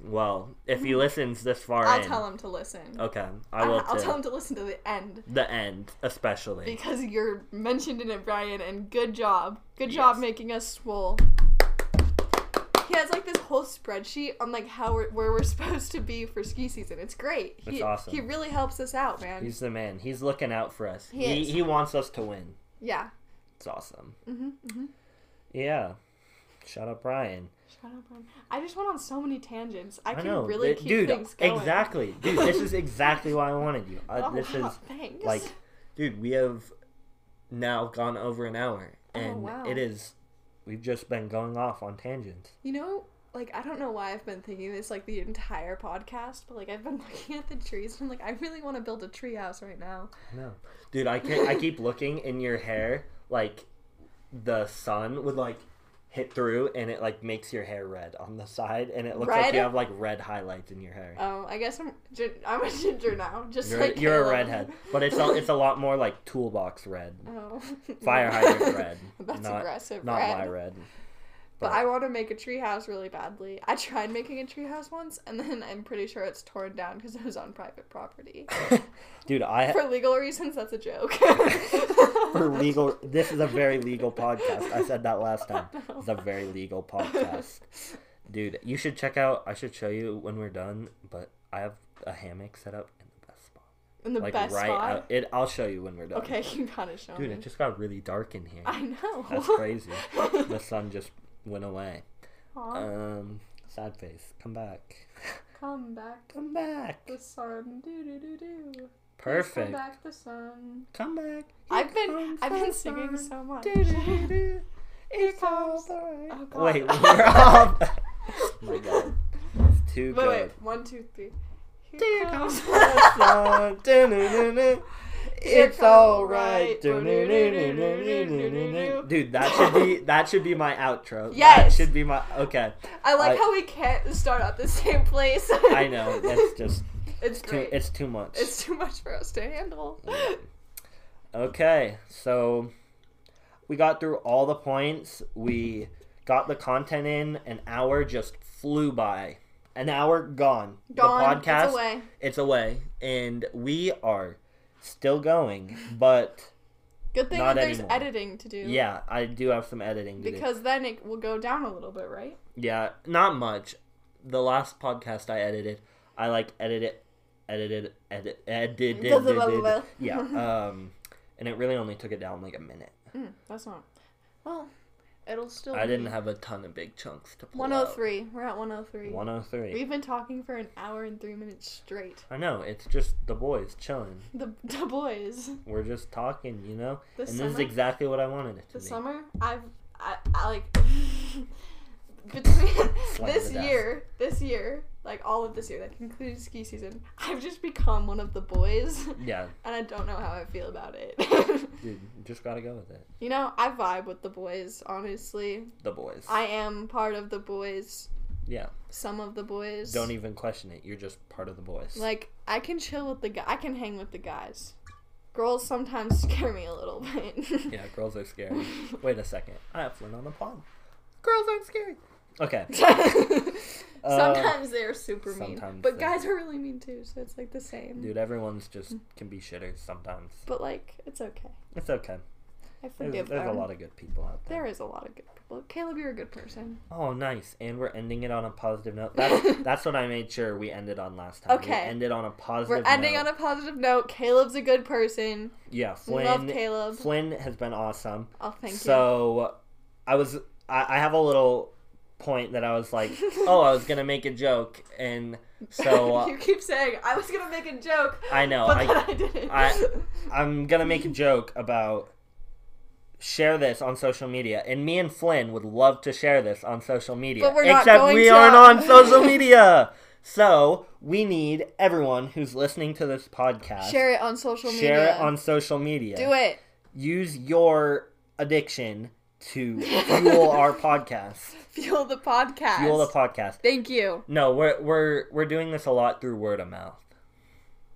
Speaker 2: well, if he listens this far
Speaker 1: I'll
Speaker 2: in,
Speaker 1: tell him to listen.
Speaker 2: Okay, Oh, I
Speaker 1: I
Speaker 2: will
Speaker 1: I'll
Speaker 2: too.
Speaker 1: tell him to listen to the end
Speaker 2: the end, especially.
Speaker 1: because you're mentioned in it, Brian. And good job, good job
Speaker 2: Yes.
Speaker 1: making us swole. He has like this whole spreadsheet on like how we're, where we're supposed to be for ski season. It's great.
Speaker 2: That's
Speaker 1: he,
Speaker 2: awesome.
Speaker 1: He really helps us out, man.
Speaker 2: He's the man. He's looking out for us.
Speaker 1: He
Speaker 2: he,
Speaker 1: is.
Speaker 2: he wants us to win.
Speaker 1: yeah.
Speaker 2: It's awesome.
Speaker 1: Mm-hmm. hmm
Speaker 2: Yeah. Shout out Brian.
Speaker 1: Shut up, Brian. I just went on so many tangents. I,
Speaker 2: I,
Speaker 1: can
Speaker 2: know.
Speaker 1: really
Speaker 2: th-
Speaker 1: keep
Speaker 2: dude,
Speaker 1: things going.
Speaker 2: exactly. Dude, this is exactly why I wanted you. I,
Speaker 1: Oh,
Speaker 2: this
Speaker 1: wow,
Speaker 2: is
Speaker 1: thanks.
Speaker 2: like dude, we have now gone over an hour
Speaker 1: Oh,
Speaker 2: and
Speaker 1: wow.
Speaker 2: it is we've just been going off on tangents.
Speaker 1: You know, like I don't know why I've been thinking this like the entire podcast, but like I've been looking at the trees and I'm like I really want to build a tree house right now.
Speaker 2: No. Dude, I can I keep looking in your hair like the sun would like hit through and it like makes your hair red on the side and it looks like
Speaker 1: Red?
Speaker 2: you have like red highlights in your hair.
Speaker 1: Um, I guess I'm gin- I'm a ginger now, just
Speaker 2: You're,
Speaker 1: like
Speaker 2: you're a
Speaker 1: Caleb.
Speaker 2: redhead, but it's a, it's a lot more like toolbox red,
Speaker 1: oh.
Speaker 2: fire hydrant red,
Speaker 1: That's
Speaker 2: not
Speaker 1: aggressive
Speaker 2: not
Speaker 1: red.
Speaker 2: my red.
Speaker 1: But I want to make a tree house really badly. I tried making a tree house once, and then I'm pretty sure it's torn down because it was on private property.
Speaker 2: Dude, I
Speaker 1: For legal reasons, that's a joke.
Speaker 2: for legal. This is a very legal podcast. I said that last time.
Speaker 1: No.
Speaker 2: It's a very legal podcast. Dude, you should check out. I should show you when we're done. But I have a hammock set up in the best spot.
Speaker 1: In the
Speaker 2: like
Speaker 1: best
Speaker 2: right
Speaker 1: spot.
Speaker 2: out. It. I'll show you when we're done.
Speaker 1: Okay, you gotta show
Speaker 2: Dude,
Speaker 1: me.
Speaker 2: it just got really dark in here.
Speaker 1: I know.
Speaker 2: That's crazy. the sun just went away.
Speaker 1: Aw,
Speaker 2: Um, sad face, come back.
Speaker 1: come back
Speaker 2: Come back.
Speaker 1: the sun. Do do do do. Come
Speaker 2: Perfect.
Speaker 1: back the sun.
Speaker 2: Come back.
Speaker 1: I've been I've been singing so much.
Speaker 2: It's
Speaker 1: comes-
Speaker 2: all
Speaker 1: Oh, God.
Speaker 2: Wait, we're off. oh my god, it's too
Speaker 1: Wait, wait.
Speaker 2: good.
Speaker 1: One, two, three. Here
Speaker 2: Here
Speaker 1: comes.
Speaker 2: comes the sun. Du-du-du-du.
Speaker 1: Here
Speaker 2: It's
Speaker 1: comes-
Speaker 2: all right.
Speaker 1: right.
Speaker 2: Du-du-du-du-du-du-du-du-du. Dude, that should be that should be my outro. That
Speaker 1: Yes.
Speaker 2: should be my okay.
Speaker 1: I like
Speaker 2: I-
Speaker 1: how we can't start at the same place.
Speaker 2: I know that's just
Speaker 1: it's
Speaker 2: too,
Speaker 1: great.
Speaker 2: it's
Speaker 1: it's,
Speaker 2: Mm. too much.
Speaker 1: too much for us to handle.
Speaker 2: Okay, so we got through all the points. We got the content in. An hour just flew by. An hour gone.
Speaker 1: Gone.
Speaker 2: the podcast,
Speaker 1: It's away.
Speaker 2: it's away, and we are still going. But
Speaker 1: Good thing
Speaker 2: Not
Speaker 1: that there's
Speaker 2: anymore.
Speaker 1: editing to do.
Speaker 2: yeah, I do have some editing to
Speaker 1: Because then it will go down a little bit, right?
Speaker 2: do. Yeah, not much. The last podcast I edited, I like edited, edited, edit, edited, edited. yeah. Um, and it really only took it down like a minute.
Speaker 1: Mm, that's not. Well, it'll still.
Speaker 2: I didn't
Speaker 1: be-
Speaker 2: have a ton of big chunks to pull. out.
Speaker 1: 103. We're at 103.
Speaker 2: 103.
Speaker 1: We've been talking for an hour and three minutes straight.
Speaker 2: I know, it's just the boys chilling.
Speaker 1: The, the boys.
Speaker 2: We're just talking, you know?
Speaker 1: The
Speaker 2: and this is
Speaker 1: summer.
Speaker 2: exactly what I wanted it to
Speaker 1: the
Speaker 2: be.
Speaker 1: summer. I've. I, I like. between
Speaker 2: Slammed
Speaker 1: this
Speaker 2: the desk.
Speaker 1: year, this year, like all of this year, that concluded ski season, I've just become one of the boys,
Speaker 2: Yeah,
Speaker 1: and I don't know how I feel about it.
Speaker 2: dude, you just gotta go with it.
Speaker 1: you know, I vibe with the boys, honestly.
Speaker 2: The boys.
Speaker 1: I am part of the boys,
Speaker 2: yeah,
Speaker 1: some of the boys.
Speaker 2: don't even question it. You're just part of the boys.
Speaker 1: Like I can chill with the guy. I can hang with the guys. Girls sometimes scare me a little bit.
Speaker 2: yeah, girls are scary. Wait a second. I have Flynn on the pond. Girls aren't scary. Okay. Uh,
Speaker 1: sometimes they're super mean,
Speaker 2: sometimes
Speaker 1: but
Speaker 2: they-
Speaker 1: guys are really mean too. So it's like the same.
Speaker 2: Dude, everyone's just can be shitters sometimes.
Speaker 1: But like it's okay.
Speaker 2: It's okay.
Speaker 1: I
Speaker 2: There's,
Speaker 1: forgive
Speaker 2: there's a
Speaker 1: them.
Speaker 2: lot of good people out there.
Speaker 1: there is a lot of good people. Caleb, you're a good person.
Speaker 2: Oh, nice. And we're ending it on a positive note. That's, that's what I made sure we ended on last time. We
Speaker 1: Okay.
Speaker 2: ended on a positive
Speaker 1: We're ending
Speaker 2: note.
Speaker 1: on a positive note. Caleb's a good person.
Speaker 2: Yeah,
Speaker 1: We love
Speaker 2: Flynn.
Speaker 1: Caleb.
Speaker 2: Flynn has been awesome.
Speaker 1: Oh, thank
Speaker 2: so, I was. I, I have a little point that I was like, oh, I was gonna make a joke, and
Speaker 1: you.
Speaker 2: so uh,
Speaker 1: you keep saying I was gonna make a joke,
Speaker 2: I know
Speaker 1: but
Speaker 2: I,
Speaker 1: then I didn't.
Speaker 2: I- I'm gonna make a joke about share this on social media, and me and Flynn would love to share this on social media.
Speaker 1: But we're not
Speaker 2: except
Speaker 1: going
Speaker 2: we
Speaker 1: to.
Speaker 2: aren't on social media. So we need everyone who's listening to this podcast
Speaker 1: Share it on social media.
Speaker 2: share it on social media.
Speaker 1: Do it.
Speaker 2: Use your addiction to fuel our podcast.
Speaker 1: Fuel the podcast.
Speaker 2: Fuel the podcast.
Speaker 1: Thank you.
Speaker 2: No, we're we're we're doing this a lot through word of mouth.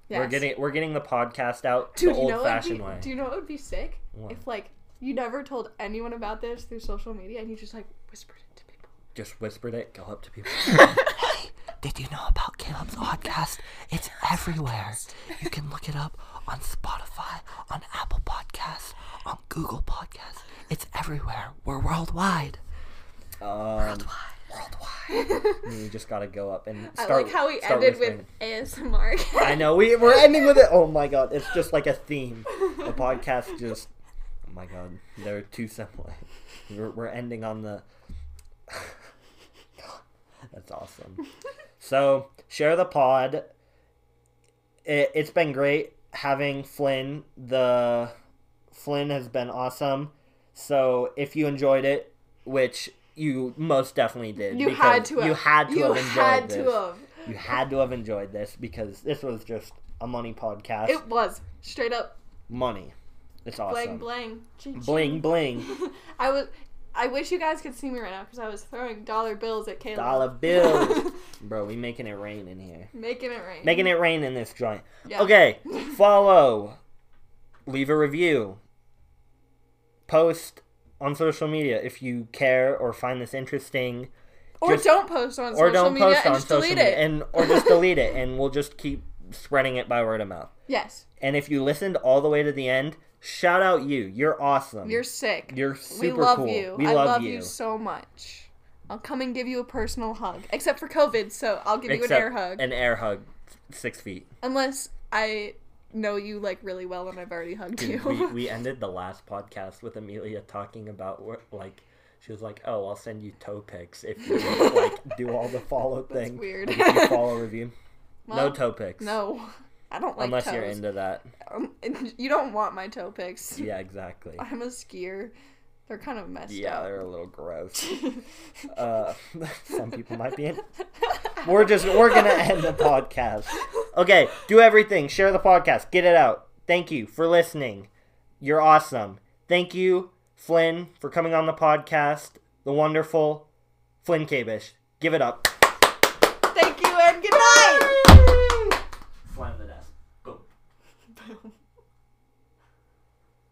Speaker 1: Yes.
Speaker 2: We're getting we're getting the podcast out
Speaker 1: Dude,
Speaker 2: the
Speaker 1: you
Speaker 2: old
Speaker 1: know what would
Speaker 2: fashioned
Speaker 1: be,
Speaker 2: way.
Speaker 1: Do you know what would be sick?
Speaker 2: What?
Speaker 1: If like you never told anyone about this through social media and you just like whispered it to people.
Speaker 2: Just whispered it, go up to people. hey, did you know about Caleb's podcast? It's everywhere. You can look it up on Spotify, on Apple Podcasts, on Google Podcasts. It's everywhere. We're worldwide. Um, worldwide. Worldwide. you just gotta go up and start.
Speaker 1: I like how we
Speaker 2: start
Speaker 1: ended
Speaker 2: whispering.
Speaker 1: with ASMR.
Speaker 2: I know we we're ending with it. Oh my god, it's just like a theme. The podcast just. Oh my god, they're too similar. We're, we're ending on the. That's awesome. So share the pod. It, it's been great having Flynn. The Flynn has been awesome. So if you enjoyed it, which you most definitely did,
Speaker 1: You
Speaker 2: because
Speaker 1: had to have.
Speaker 2: you had to
Speaker 1: you
Speaker 2: have enjoyed
Speaker 1: had
Speaker 2: this
Speaker 1: to have.
Speaker 2: you had to have enjoyed this because this was just a money podcast.
Speaker 1: It was straight up
Speaker 2: money. It's awesome.
Speaker 1: blang blang. Ching, ching.
Speaker 2: bling bling.
Speaker 1: I was. I wish you guys could see me right now because I was throwing dollar bills at Caleb.
Speaker 2: Dollar bills. Bro, we making it rain in here.
Speaker 1: Making it rain.
Speaker 2: Making it rain in this joint.
Speaker 1: Yeah.
Speaker 2: Okay. Follow. Leave a review. Post on social media if you care or find this interesting.
Speaker 1: Or
Speaker 2: Just-
Speaker 1: don't post on
Speaker 2: Or
Speaker 1: social
Speaker 2: don't
Speaker 1: media
Speaker 2: post
Speaker 1: and
Speaker 2: on
Speaker 1: just
Speaker 2: social
Speaker 1: delete
Speaker 2: media
Speaker 1: it.
Speaker 2: and or just delete it and we'll just keep spreading it by word of mouth.
Speaker 1: yes,
Speaker 2: And if you listened all the way to the end, shout out you. You're awesome.
Speaker 1: you're sick.
Speaker 2: You're
Speaker 1: we
Speaker 2: super
Speaker 1: love
Speaker 2: cool.
Speaker 1: you.
Speaker 2: We
Speaker 1: I
Speaker 2: love,
Speaker 1: love
Speaker 2: you.
Speaker 1: so much. I'll come and give you a personal hug, except for COVID. So I'll give you
Speaker 2: Except
Speaker 1: an air hug,
Speaker 2: An air hug, six feet.
Speaker 1: unless I know you like really well and I've already hugged you.
Speaker 2: Dude, we, we ended the last podcast with Amelia talking about what like she was like, "Oh, I'll send you toe pics if you like do all the follow
Speaker 1: That's
Speaker 2: thing.
Speaker 1: weird.
Speaker 2: Like, if you follow review.
Speaker 1: Well,
Speaker 2: no toe pics.
Speaker 1: No, I don't like
Speaker 2: Unless
Speaker 1: toes.
Speaker 2: you're into that.
Speaker 1: Um, you don't want my toe pics.
Speaker 2: Yeah, exactly.
Speaker 1: I'm a skier. They're kind of messed
Speaker 2: Yeah,
Speaker 1: up.
Speaker 2: they're a little gross. uh, some people might be in. We're just we're gonna end the podcast. Okay, do everything. Share the podcast. Get it out. Thank you for listening. You're awesome. Thank you, Flynn, for coming on the podcast. The wonderful Flynn Kabish. Give it up.
Speaker 1: Thank you and good night.
Speaker 2: Slam the desk. Boom.
Speaker 1: Boom.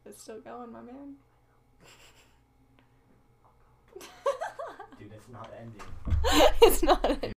Speaker 1: It's still going, my man.
Speaker 2: Dude, it's not ending.
Speaker 1: it's not ending.